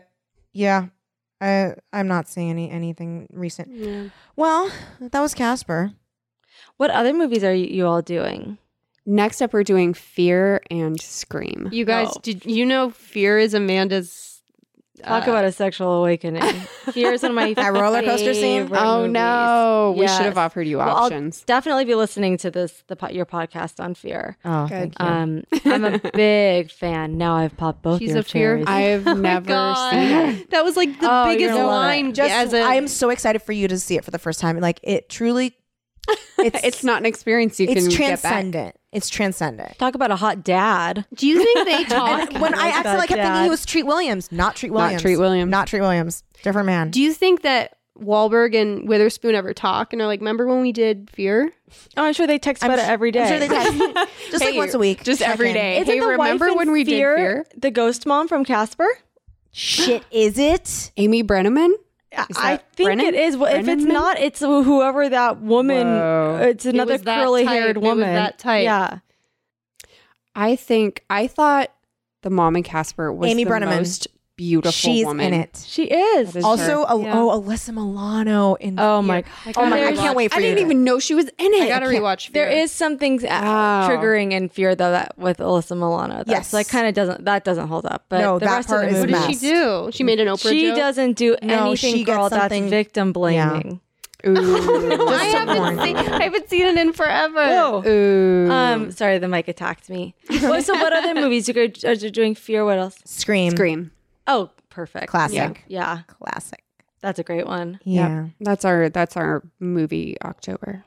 B: yeah. I I'm not seeing any anything recent. Well, that was Casper.
D: What other movies are you, you all doing?
C: Next up, we're doing Fear and Scream.
E: You guys,
D: Oh.
E: did you know fear is Amanda's?
D: Talk
E: uh,
D: about a sexual awakening. Here's one of my
B: That roller coaster scene?
D: favorite movies.
C: Oh, we should
D: oh, Yes.
C: have offered you
D: Well, I'll
C: options.
D: Definitely be listening to this the po- your podcast on fear.
B: Oh,
C: Good.
B: thank you.
D: Um, I'm a big fan. Now I've popped both
E: She's
D: your
E: a fear-
D: cherries.
C: I have
E: my
C: never
E: God.
C: seen it.
E: That was like the
D: Oh, you're
E: biggest
D: gonna love
E: line.
B: Just
E: as a,
B: I am so excited for you to see it for the first time. Like it truly. It's
C: It's not an experience you can
B: it's
C: get back.
B: transcendent. It's transcendent.
D: Talk about a hot dad.
E: Do you think they talk?
B: when I
D: Like
B: accidentally
D: that
B: kept thinking he
D: dad.
B: was Treat Williams, not Treat Williams,
C: Treat Williams.
B: not Treat Williams, different man.
E: Do you think that Wahlberg and Witherspoon ever talk and are like, remember when we did Fear?
D: Oh, I'm sure they text about it every day.
B: I'm sure they text. just like
C: Hey,
B: once a week,
C: just
B: check
C: every
B: in.
C: day.
D: Isn't
C: Hey,
D: the
C: remember
D: wife in
C: when we did Fear?
D: The ghost mom from Casper?
B: Shit, is it?
C: Amy Brenneman?
D: I
C: that
D: think
C: Brennan-
D: it is. Well, if it's
C: Brennanman?
D: not, it's whoever that woman.
C: Whoa.
D: It's another
E: was that
D: curly haired
E: type. It was
D: woman.
E: that type.
D: Yeah.
C: I think I thought the mom and Casper was
B: Amy
C: the
B: Brenneman.
C: most beautiful
B: She's
C: woman.
B: in it.
D: She is.
C: That is
B: Also,
C: her.
B: Al-
D: Yeah.
B: oh, Alyssa Milano in.
D: Oh my-
B: Fear. Oh my! I
D: There's-
B: can't wait for
C: I
B: you.
C: didn't
B: to-
C: even know she was in it.
E: I gotta rewatch Fear.
D: There is something uh,
C: Wow.
D: triggering in fear though that with Alyssa Milano. That's
B: Yes.
D: like kind of doesn't that doesn't hold up. But
B: No,
D: the
B: that
D: rest
B: part
D: of
B: is
D: the
E: What
D: movie,
E: did she do? She made an Oprah
D: She
E: joke?
D: doesn't do
B: No,
D: anything,
B: she gets
D: girl. That's
B: something-
D: victim blaming.
C: Ooh.
E: I haven't, seen, I haven't seen it in forever.
D: Whoa.
C: Ooh.
B: Mm-hmm.
D: Um, sorry, the mic attacked me. Well, so, what other movies you guys are doing? Fear. What else?
B: Scream.
C: Scream.
D: Oh, perfect.
B: Classic.
D: Yeah,
B: Classic.
D: that's a great one.
B: Yeah.
C: That's our that's our movie October.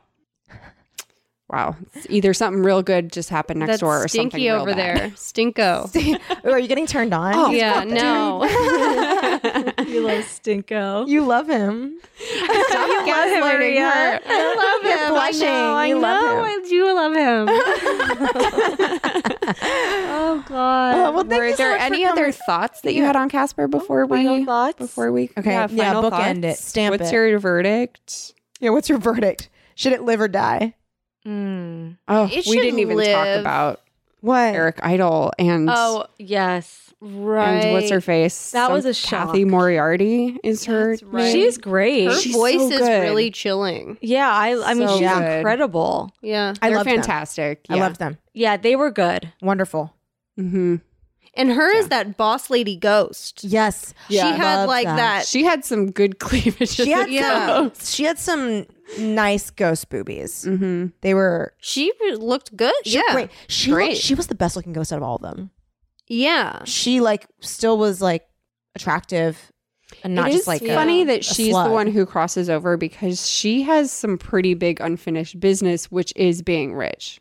C: Wow. It's either something real good just happened next
E: That's
C: door or something
E: stinky
C: real
E: over
C: bad.
E: there. Stinko.
B: Are you getting turned on?
E: yeah, no.
D: You love Stinko.
B: You love him.
D: love him, Maria.
E: I love
B: You're
E: him.
B: blushing.
E: I know. I
B: You love
D: Oh,
E: know.
B: him.
E: I do love him. oh God.
B: Oh, well, thank
C: Were
B: you so
C: there
B: much for
C: any other
B: coming.
C: thoughts that you had on Casper before we
D: thoughts?
C: before we
B: Okay, yeah,
C: final
B: bookend
C: thoughts?
B: it. Stamp
C: What's
B: it.
C: your verdict?
B: Yeah. What's your verdict? Should it live or die?
D: Mm.
C: Oh,
E: It
C: we
E: should
C: didn't even talk
E: live.
C: about
B: What?
C: Eric Idle and
D: Oh yes,
E: right.
C: and what's her face?
D: That was a shock.
C: Kathy Moriarty is her.
E: That's right.
D: she's great.
E: Her
C: She's
E: voice
C: so
E: is
C: good.
E: really chilling.
D: yeah, I, I mean
C: So
D: she's
C: good.
D: incredible.
E: Yeah.
B: I
C: They're
B: love
C: fantastic.
B: Them. I loved them.
D: Yeah, they were good.
B: Wonderful.
C: Mm-hmm.
E: And her is that boss lady ghost.
B: Yes.
E: she had
B: Love
E: like that.
C: She had some good cleavage.
B: She had
E: Yeah.
B: some. She had some nice ghost boobies.
C: Mm-hmm.
B: They were.
E: She re- looked good.
B: She
E: yeah.
B: Great. She looked-
E: Great.
B: she was the best looking ghost out of all of them.
E: Yeah.
B: She like still was like attractive and not
C: It
B: just
C: is
B: like a-
C: funny
B: a
C: that she's
B: slut.
C: the one who crosses over because she has some pretty big unfinished business, which is being rich.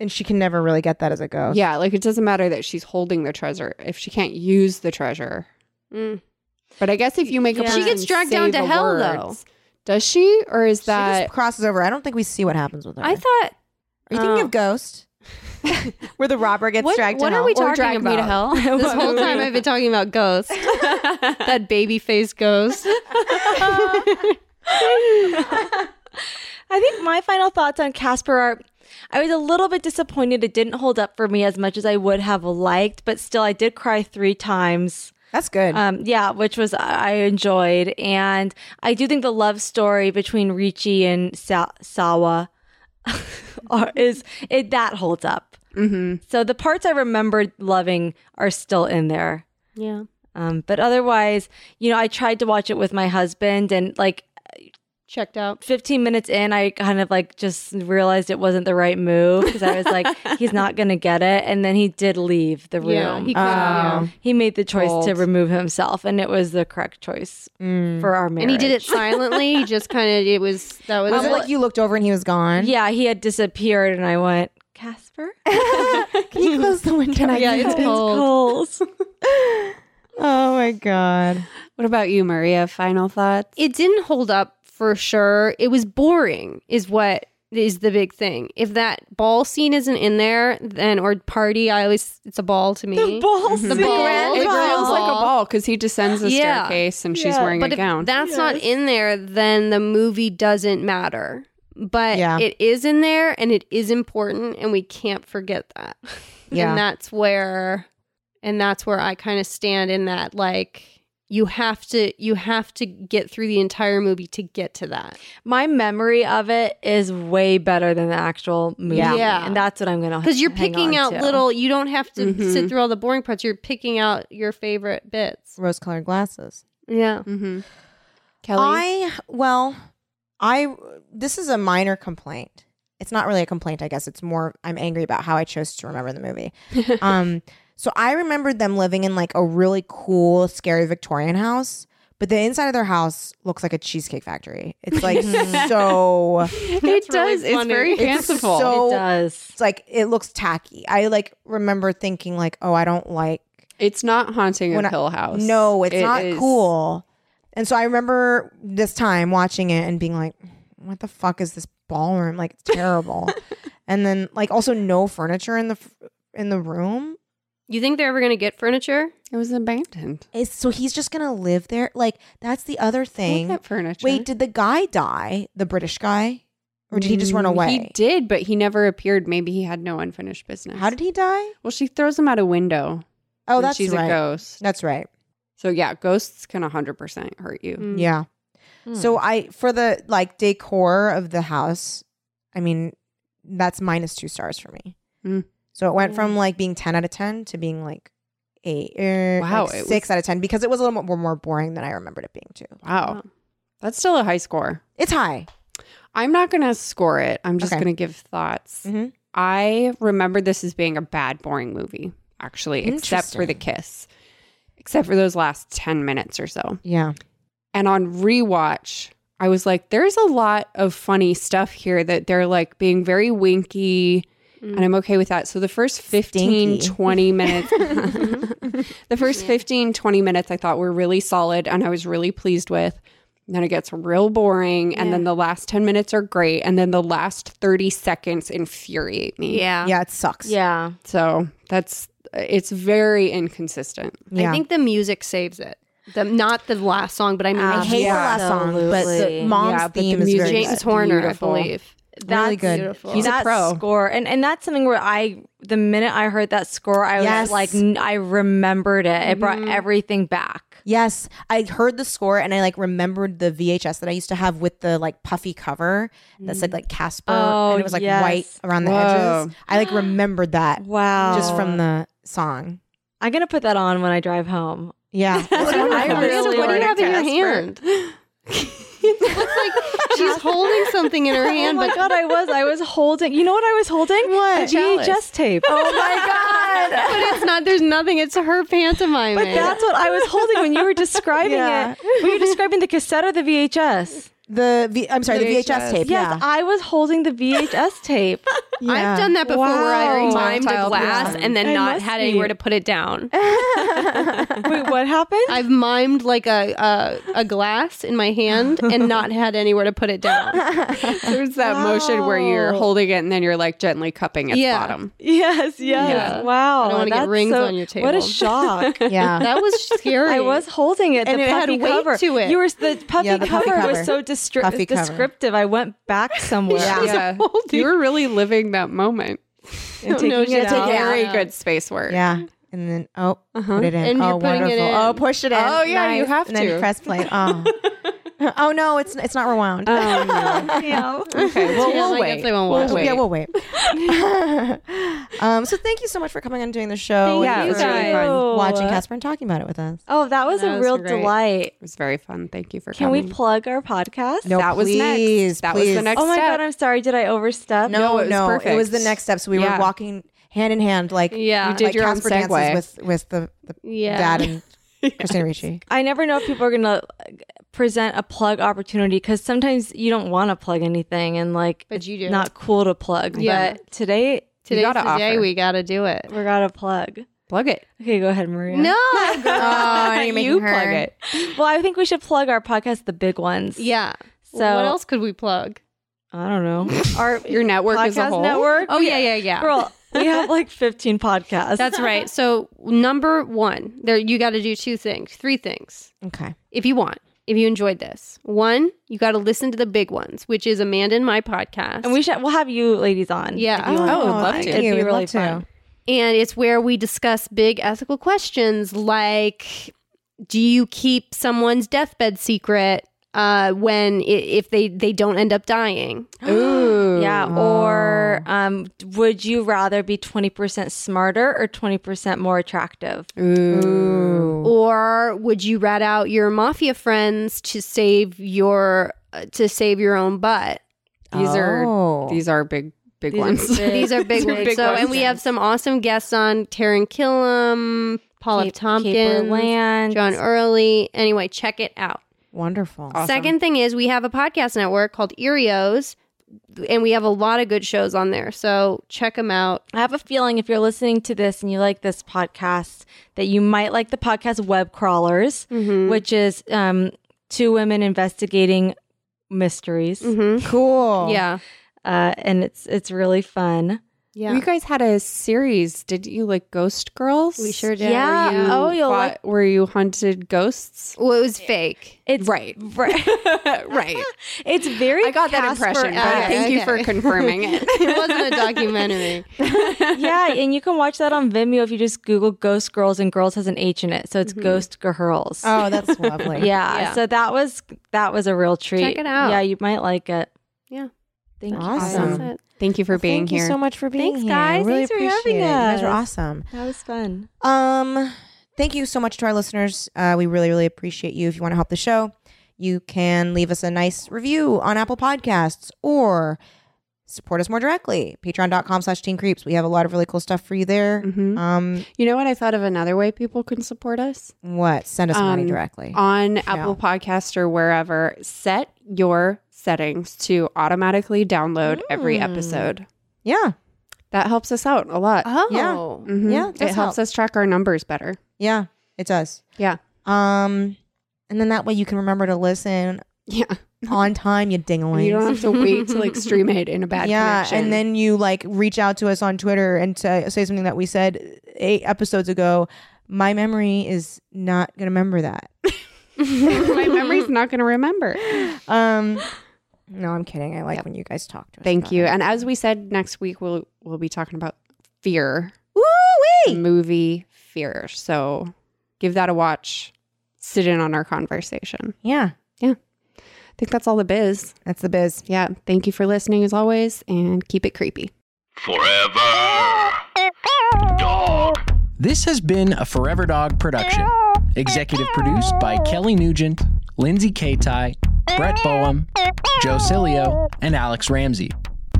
B: and she can never really get that as a ghost.
C: Yeah, like it doesn't matter that she's holding the treasure if she can't use the treasure.
E: Mm.
C: But I guess if you make a
D: Yeah.
C: plan
D: She
E: gets
C: and
E: dragged down
C: say
E: to
C: the
E: hell,
C: words-
E: though.
C: Does she, or is
B: she
C: that
B: just crosses over. I don't think we see what happens with her.
E: I thought.
B: Are you thinking
E: uh,
B: of Ghost? Where the robber gets
E: What,
B: dragged
E: what
B: to
E: are
B: hell.
E: we
B: Or
E: talking
B: drag
E: about?
B: me to hell.
E: this whole time I've been talking about ghosts. that baby face ghost.
D: I think my final thoughts on Casper are I was a little bit disappointed it didn't hold up for me as much as I would have liked, but still I did cry 3 times.
B: That's good.
D: Um yeah, which was I enjoyed and I do think the love story between Richie and Sa- Sawa are, is it that holds up. Mm-hmm. So the parts I remembered loving are still in there.
E: Yeah.
D: Um, but otherwise, you know, I tried to watch it with my husband, and like
E: Checked out.
D: 15 minutes in, I kind of like just realized it wasn't the right move because I was like, he's not going to get it. And then he did leave the room. Um,
E: Yeah. He
D: he,
E: couldn't, yeah.
D: made the choice to
C: Bold.
D: remove himself, and it was the correct choice
B: Mm.
D: for our marriage.
E: And he did it silently. He just kind of, it was, that was,
B: was it like you looked over and he was gone?
D: Yeah, he had disappeared, and I went, Casper?
B: Can you close the window? Can I
E: yeah, it's cold.
D: Coles.
B: Oh my god.
C: what about you, Maria? Final thoughts?
E: it didn't hold up for sure. It was boring, is what is the big thing. If that ball scene isn't in there, then, or party, I always, it's a ball to me.
D: Balls.
E: The ball.
C: It
E: Ball.
C: feels like a ball because he descends the
E: Yeah.
C: staircase and she's wearing
E: but
C: a
E: if
C: gown.
E: that's not in there, then the movie doesn't matter. But
B: Yeah.
E: it is in there and it is important and we can't forget that.
B: Yeah.
E: And that's where and that's where I kind of stand in that like you have to you have to get through the entire movie to get to that.
D: My memory of it is way better than the actual movie.
B: Yeah.
E: Yeah.
D: And that's what I'm going to
E: Cuz you're picking out little you don't have to
C: Mhm.
E: sit through all the boring parts. You're picking out your favorite bits.
B: Rose colored glasses.
E: Yeah.
C: mm-hmm. Kelly,
B: I well, I this is a minor complaint. It's not really a complaint, I guess. It's more I'm angry about how I chose to remember the movie. um so I remembered them living in like a really cool, scary Victorian house, but the inside of their house looks like a cheesecake factory. It's like so
C: it does. it's
E: funny.
C: very
E: It's
C: fanciful.
B: so-
D: It does.
B: it's like it looks tacky. I like remember thinking like, "Oh, I don't like
C: It's not haunting
B: When I-
C: a hill house.
B: No, it's
C: It
B: not
C: is-
B: cool. And so I remember this time watching it and being like, what the fuck is this ballroom? Like it's terrible. and then like also no furniture in the f- in the room.
E: You think they're ever going to get furniture?
C: It was abandoned.
B: It's, so he's just going to live there. Like that's the other
C: Look
B: thing.
C: at furniture.
B: Wait, did the guy die? The British guy? Or did he just run
C: Mm,
B: away?
C: He did, but he never appeared. Maybe he had no unfinished business.
B: How did he die?
C: Well, she throws him out a window.
B: Oh,
C: and
B: that's
C: she's
B: right.
C: a ghost.
B: That's right.
C: So yeah, ghosts can 100% hurt you.
E: Mm.
B: Yeah.
D: Hmm.
B: So I for the like decor of the house, I mean, that's minus two stars for me.
C: Mm.
B: So it went from like being ten out of ten to being like eight, er,
C: Wow,
B: like
C: it
B: six
C: was-
B: out of ten because it was a little more, more boring than I remembered it being. Too,
C: Wow. That's still a high score.
B: it's high.
C: I'm not going to score it. I'm just
B: Okay.
C: going to give thoughts.
B: Mhm.
C: I remember this as being a bad, boring movie, actually, except for the kiss, except for those last 10 minutes or so.
B: Yeah,
C: And on rewatch, I was like, there's a lot of funny stuff here that they're like being very winky.
E: Mm.
C: And I'm okay with that. So the first 15,
B: Stinky.
C: 20 minutes, the first 15, 20 minutes I thought were really solid and I was really pleased with. And then it gets real boring. And then the last 10 minutes are great. And then the last 30 seconds infuriate me.
E: Yeah.
B: yeah, it sucks.
D: Yeah.
C: So that's, it's very inconsistent.
B: yeah.
E: I think the music saves it. The not the last song, but I mean
B: I
E: the
B: hate
D: Yeah.
B: the last song, but the
D: Absolutely.
B: mom's
C: Yeah, but the
B: theme is
C: music-
B: very
E: James
B: good.
E: Horner,
C: Beautiful.
E: I believe.
D: That's
B: really good.
E: Beautiful.
C: He's a
D: that
C: pro.
D: score, and and that's something where I, the minute I heard that score, I
B: Yes.
D: was like, n- I remembered it. It brought everything back.
B: Yes, I heard the score and I like remembered the VHS that I used to have with the like puffy cover that said like Casper
D: Oh,
B: and it was like
D: yes.
B: white around the
C: Whoa.
B: edges. I like remembered that
D: Wow,
B: just
C: Oh.
B: from the song.
D: I'm gonna put that on when I drive home.
B: Yeah, It's wonderful.
D: I really
E: what do
D: wanted
E: you have in your
D: Casper.
E: hand? it looks like she's holding something in her
D: Oh
E: hand,
D: my
E: but
D: god, I was I was holding. You know what I was holding? What a VHS tape. Oh my god.
E: but it's not. There's nothing. It's her pantomime.
D: But that's what I was holding when you were describing
B: Yeah.
D: it. Were you describing the cassette or the VHS?
B: the v- I'm sorry, the VHS,
C: VHS.
B: tape.
D: Yes,
B: yeah.
D: I was holding the VHS tape.
B: Yeah.
E: I've done that before where I
D: Wow.
E: timed a
C: Tactile
E: glass
C: poison.
E: and then
D: It
E: not
D: must
E: had
D: be.
E: anywhere to put it down.
D: Wait, what happened?
E: I've mimed like a, a a glass in my hand and not had anywhere to put it down.
C: There's that motion where you're
D: Wow.
C: holding it and then you're like gently cupping its
E: Yeah.
C: bottom.
D: yes, yes.
E: Yeah.
D: Wow.
E: I don't wanna get
D: that's
E: rings on your
D: What
E: table.
D: a shock.
B: yeah.
E: That was scary.
D: I was holding it,
E: And
D: the
E: it had
D: puffy
E: weight
D: cover.
E: to it.
D: You were the puffy,
B: Yeah, the puffy
D: cover,
B: cover.
D: was so distri-
B: Puffy cover.
D: descriptive. I went back somewhere.
C: Yeah. You were really living that moment.
D: and
E: Oh, no,
D: taking
E: she's
D: it out.
B: taking it
C: Very
E: Yeah.
C: good space work.
B: Yeah. And then oh,
C: Uh-huh.
B: put it in.
E: And
B: oh,
E: you're putting it
B: wonderful.
E: in.
B: Oh, push it in.
C: Oh, yeah, you
B: Nice.
C: have
B: and then
C: to.
B: press play. Oh. oh no, it's it's not rewound.
C: Okay. Well,
E: Yeah,
C: we'll
E: like,
C: wait.
E: definitely
C: Oh,
E: won't
C: We'll
E: watch it.
C: wait.
B: Yeah, we'll wait. um, so thank you so much for coming and doing the show.
D: Thank
C: yeah, it
D: you
C: was really
D: guys.
C: fun.
B: Watching Casper and talking about it with us.
D: Oh, that was
E: That
D: a
E: was
D: real
E: great.
D: delight.
C: It was very fun. Thank you for
D: Can
C: coming.
D: we plug our podcast?
B: No,
C: That was next.
B: please,
C: That was the
B: please.
C: next
D: Oh my
C: step.
D: god, I'm sorry. Did I overstep?
B: No, no,
C: Oh, it was
B: it was the
C: perfect.
B: next step. So we
C: Yeah.
B: were walking hand in hand, like
E: Yeah. You
C: did
B: like
C: your own
B: Casper
C: segue.
B: dances with with the, the
E: Yeah.
B: dad and Christina Ricci.
D: I never know if people are gonna like, present a plug opportunity because sometimes you don't want to plug anything and like
E: But
D: it's
E: you do.
D: not cool to plug.
E: Yeah.
D: But today
E: Today's
C: gotta
E: the day
C: offer.
E: we gotta do it.
D: we got to plug.
C: plug it.
D: Okay, go ahead, Maria.
E: No,
B: Oh,
C: you plug it.
D: Well, I think we should plug our podcast, the big ones.
E: yeah.
D: So
E: what else could we plug?
D: I don't know. Our
C: Your network
D: podcast
C: as a whole.
D: network.
E: Oh yeah, yeah, yeah.
D: Girl, we have like 15 podcasts.
E: That's right. So number one, there you got to do two things, three things,
B: Okay.
E: if you want. If you enjoyed this, one, you got to listen to the big ones, which is Amanda and my podcast,
D: and we should we'll have you ladies on.
E: Yeah.
D: if you want.
C: Oh, would love
B: thank
C: to.
B: you.
D: It'd be
B: We'd
D: really
B: love to.
D: fun.
E: and it's where we discuss big ethical questions like, do you keep someone's deathbed secret uh, when i- if they they don't end up dying?
C: Ooh.
D: Yeah, or um, would you rather be 20% smarter or 20% more attractive?
C: Ooh.
E: or would you rat out your mafia friends to save your uh, to save your own butt
C: These
B: Oh.
C: are these are big big ones.
E: these are big ones so and we have some awesome guests on taryn killam paula
D: Caper
E: tompkins
D: Land.
E: john early anyway check it out
B: Wonderful.
C: Awesome.
E: second thing is we have a podcast network called erios and we have a lot of good shows on there so check them out
D: I have a feeling if you're listening to this and you like this podcast, that you might like the podcast Web Crawlers,
C: Mm-hmm.
E: Mm-hmm.
D: which is um, two women investigating mysteries,
C: Mm-hmm.
E: Mm-hmm.
B: Cool.
E: yeah
D: uh, and it's it's really fun.
E: yeah
C: You guys had a series. Did you like Ghost Girls?
E: we sure did
D: Yeah.
E: Were you-
D: Oh, you'll
C: Fought-
D: like.
C: where you hunted ghosts.
E: well it was fake
D: It's
C: Right.
D: right.
C: right.
D: It's very.
C: I got that
D: Casper
C: impression, but
D: esque.
C: thank you
E: okay.
C: for confirming it.
E: it wasn't a documentary
D: yeah, and you can watch that on Vimeo if you just Google Ghost Girls and Girls has an H in it, so it's Ghost Girls.
B: Oh, that's lovely.
D: yeah,
E: Yeah.
D: So that was that was a real treat.
E: it out.
D: Yeah, you might like it.
E: Yeah.
D: Thank
B: Awesome.
D: you.
E: That's it.
C: Thank you for being
B: Thank
C: here.
B: you so much for being
D: Thanks,
B: here.
D: guys.
B: Really
D: Thanks for having
B: appreciate it. You guys were
D: us.
B: awesome.
D: That was fun.
B: Um, thank you so much to our listeners. Uh, we really, really appreciate you. If you want to help the show, you can leave us a nice review on Apple Podcasts or support us more directly. Patreon.com slash teen creeps. We have a lot of really cool stuff for you there.
D: Mm-hmm.
B: Um,
C: You know what? I thought of another way people can support us
B: what? Send us money
C: Um,
B: directly.
C: on Apple Podcast or wherever. Set your settings to automatically download every episode.
B: yeah.
C: That helps us out a lot.
E: oh
C: Mhm.
B: Yeah, it
C: it,
B: does
C: helps us track our numbers better.
B: Yeah. It does.
C: Yeah,
B: Um, and then that way you can remember to listen
C: yeah.
B: on time, you dingaling.
C: You don't have to wait till extreme hate in a bad
B: yeah
C: connection.
B: and then you like reach out to us on twitter and t- say something that we said eight episodes ago my memory is not gonna remember that
C: my memory's not going to remember.
B: um no i'm kidding i like when you guys talk to us
C: Thank
B: about
C: you.
B: it.
C: And as we said, next week we'll we'll be talking about fear, the
B: Woo-wee!
C: movie fear. So give that a watch. Sit in on our conversation.
B: yeah
C: I think that's all the biz.
B: that's the biz
C: Yeah. Thank you for listening as always, and keep it creepy.
A: Forever. Dog.
F: This has been a Forever Dog production. Executive produced by Kelly Nugent, Lindsay Katai, Brett Boehm, Joe Cilio, and Alex Ramsey.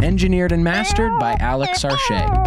F: Engineered and mastered by Alex Sarche.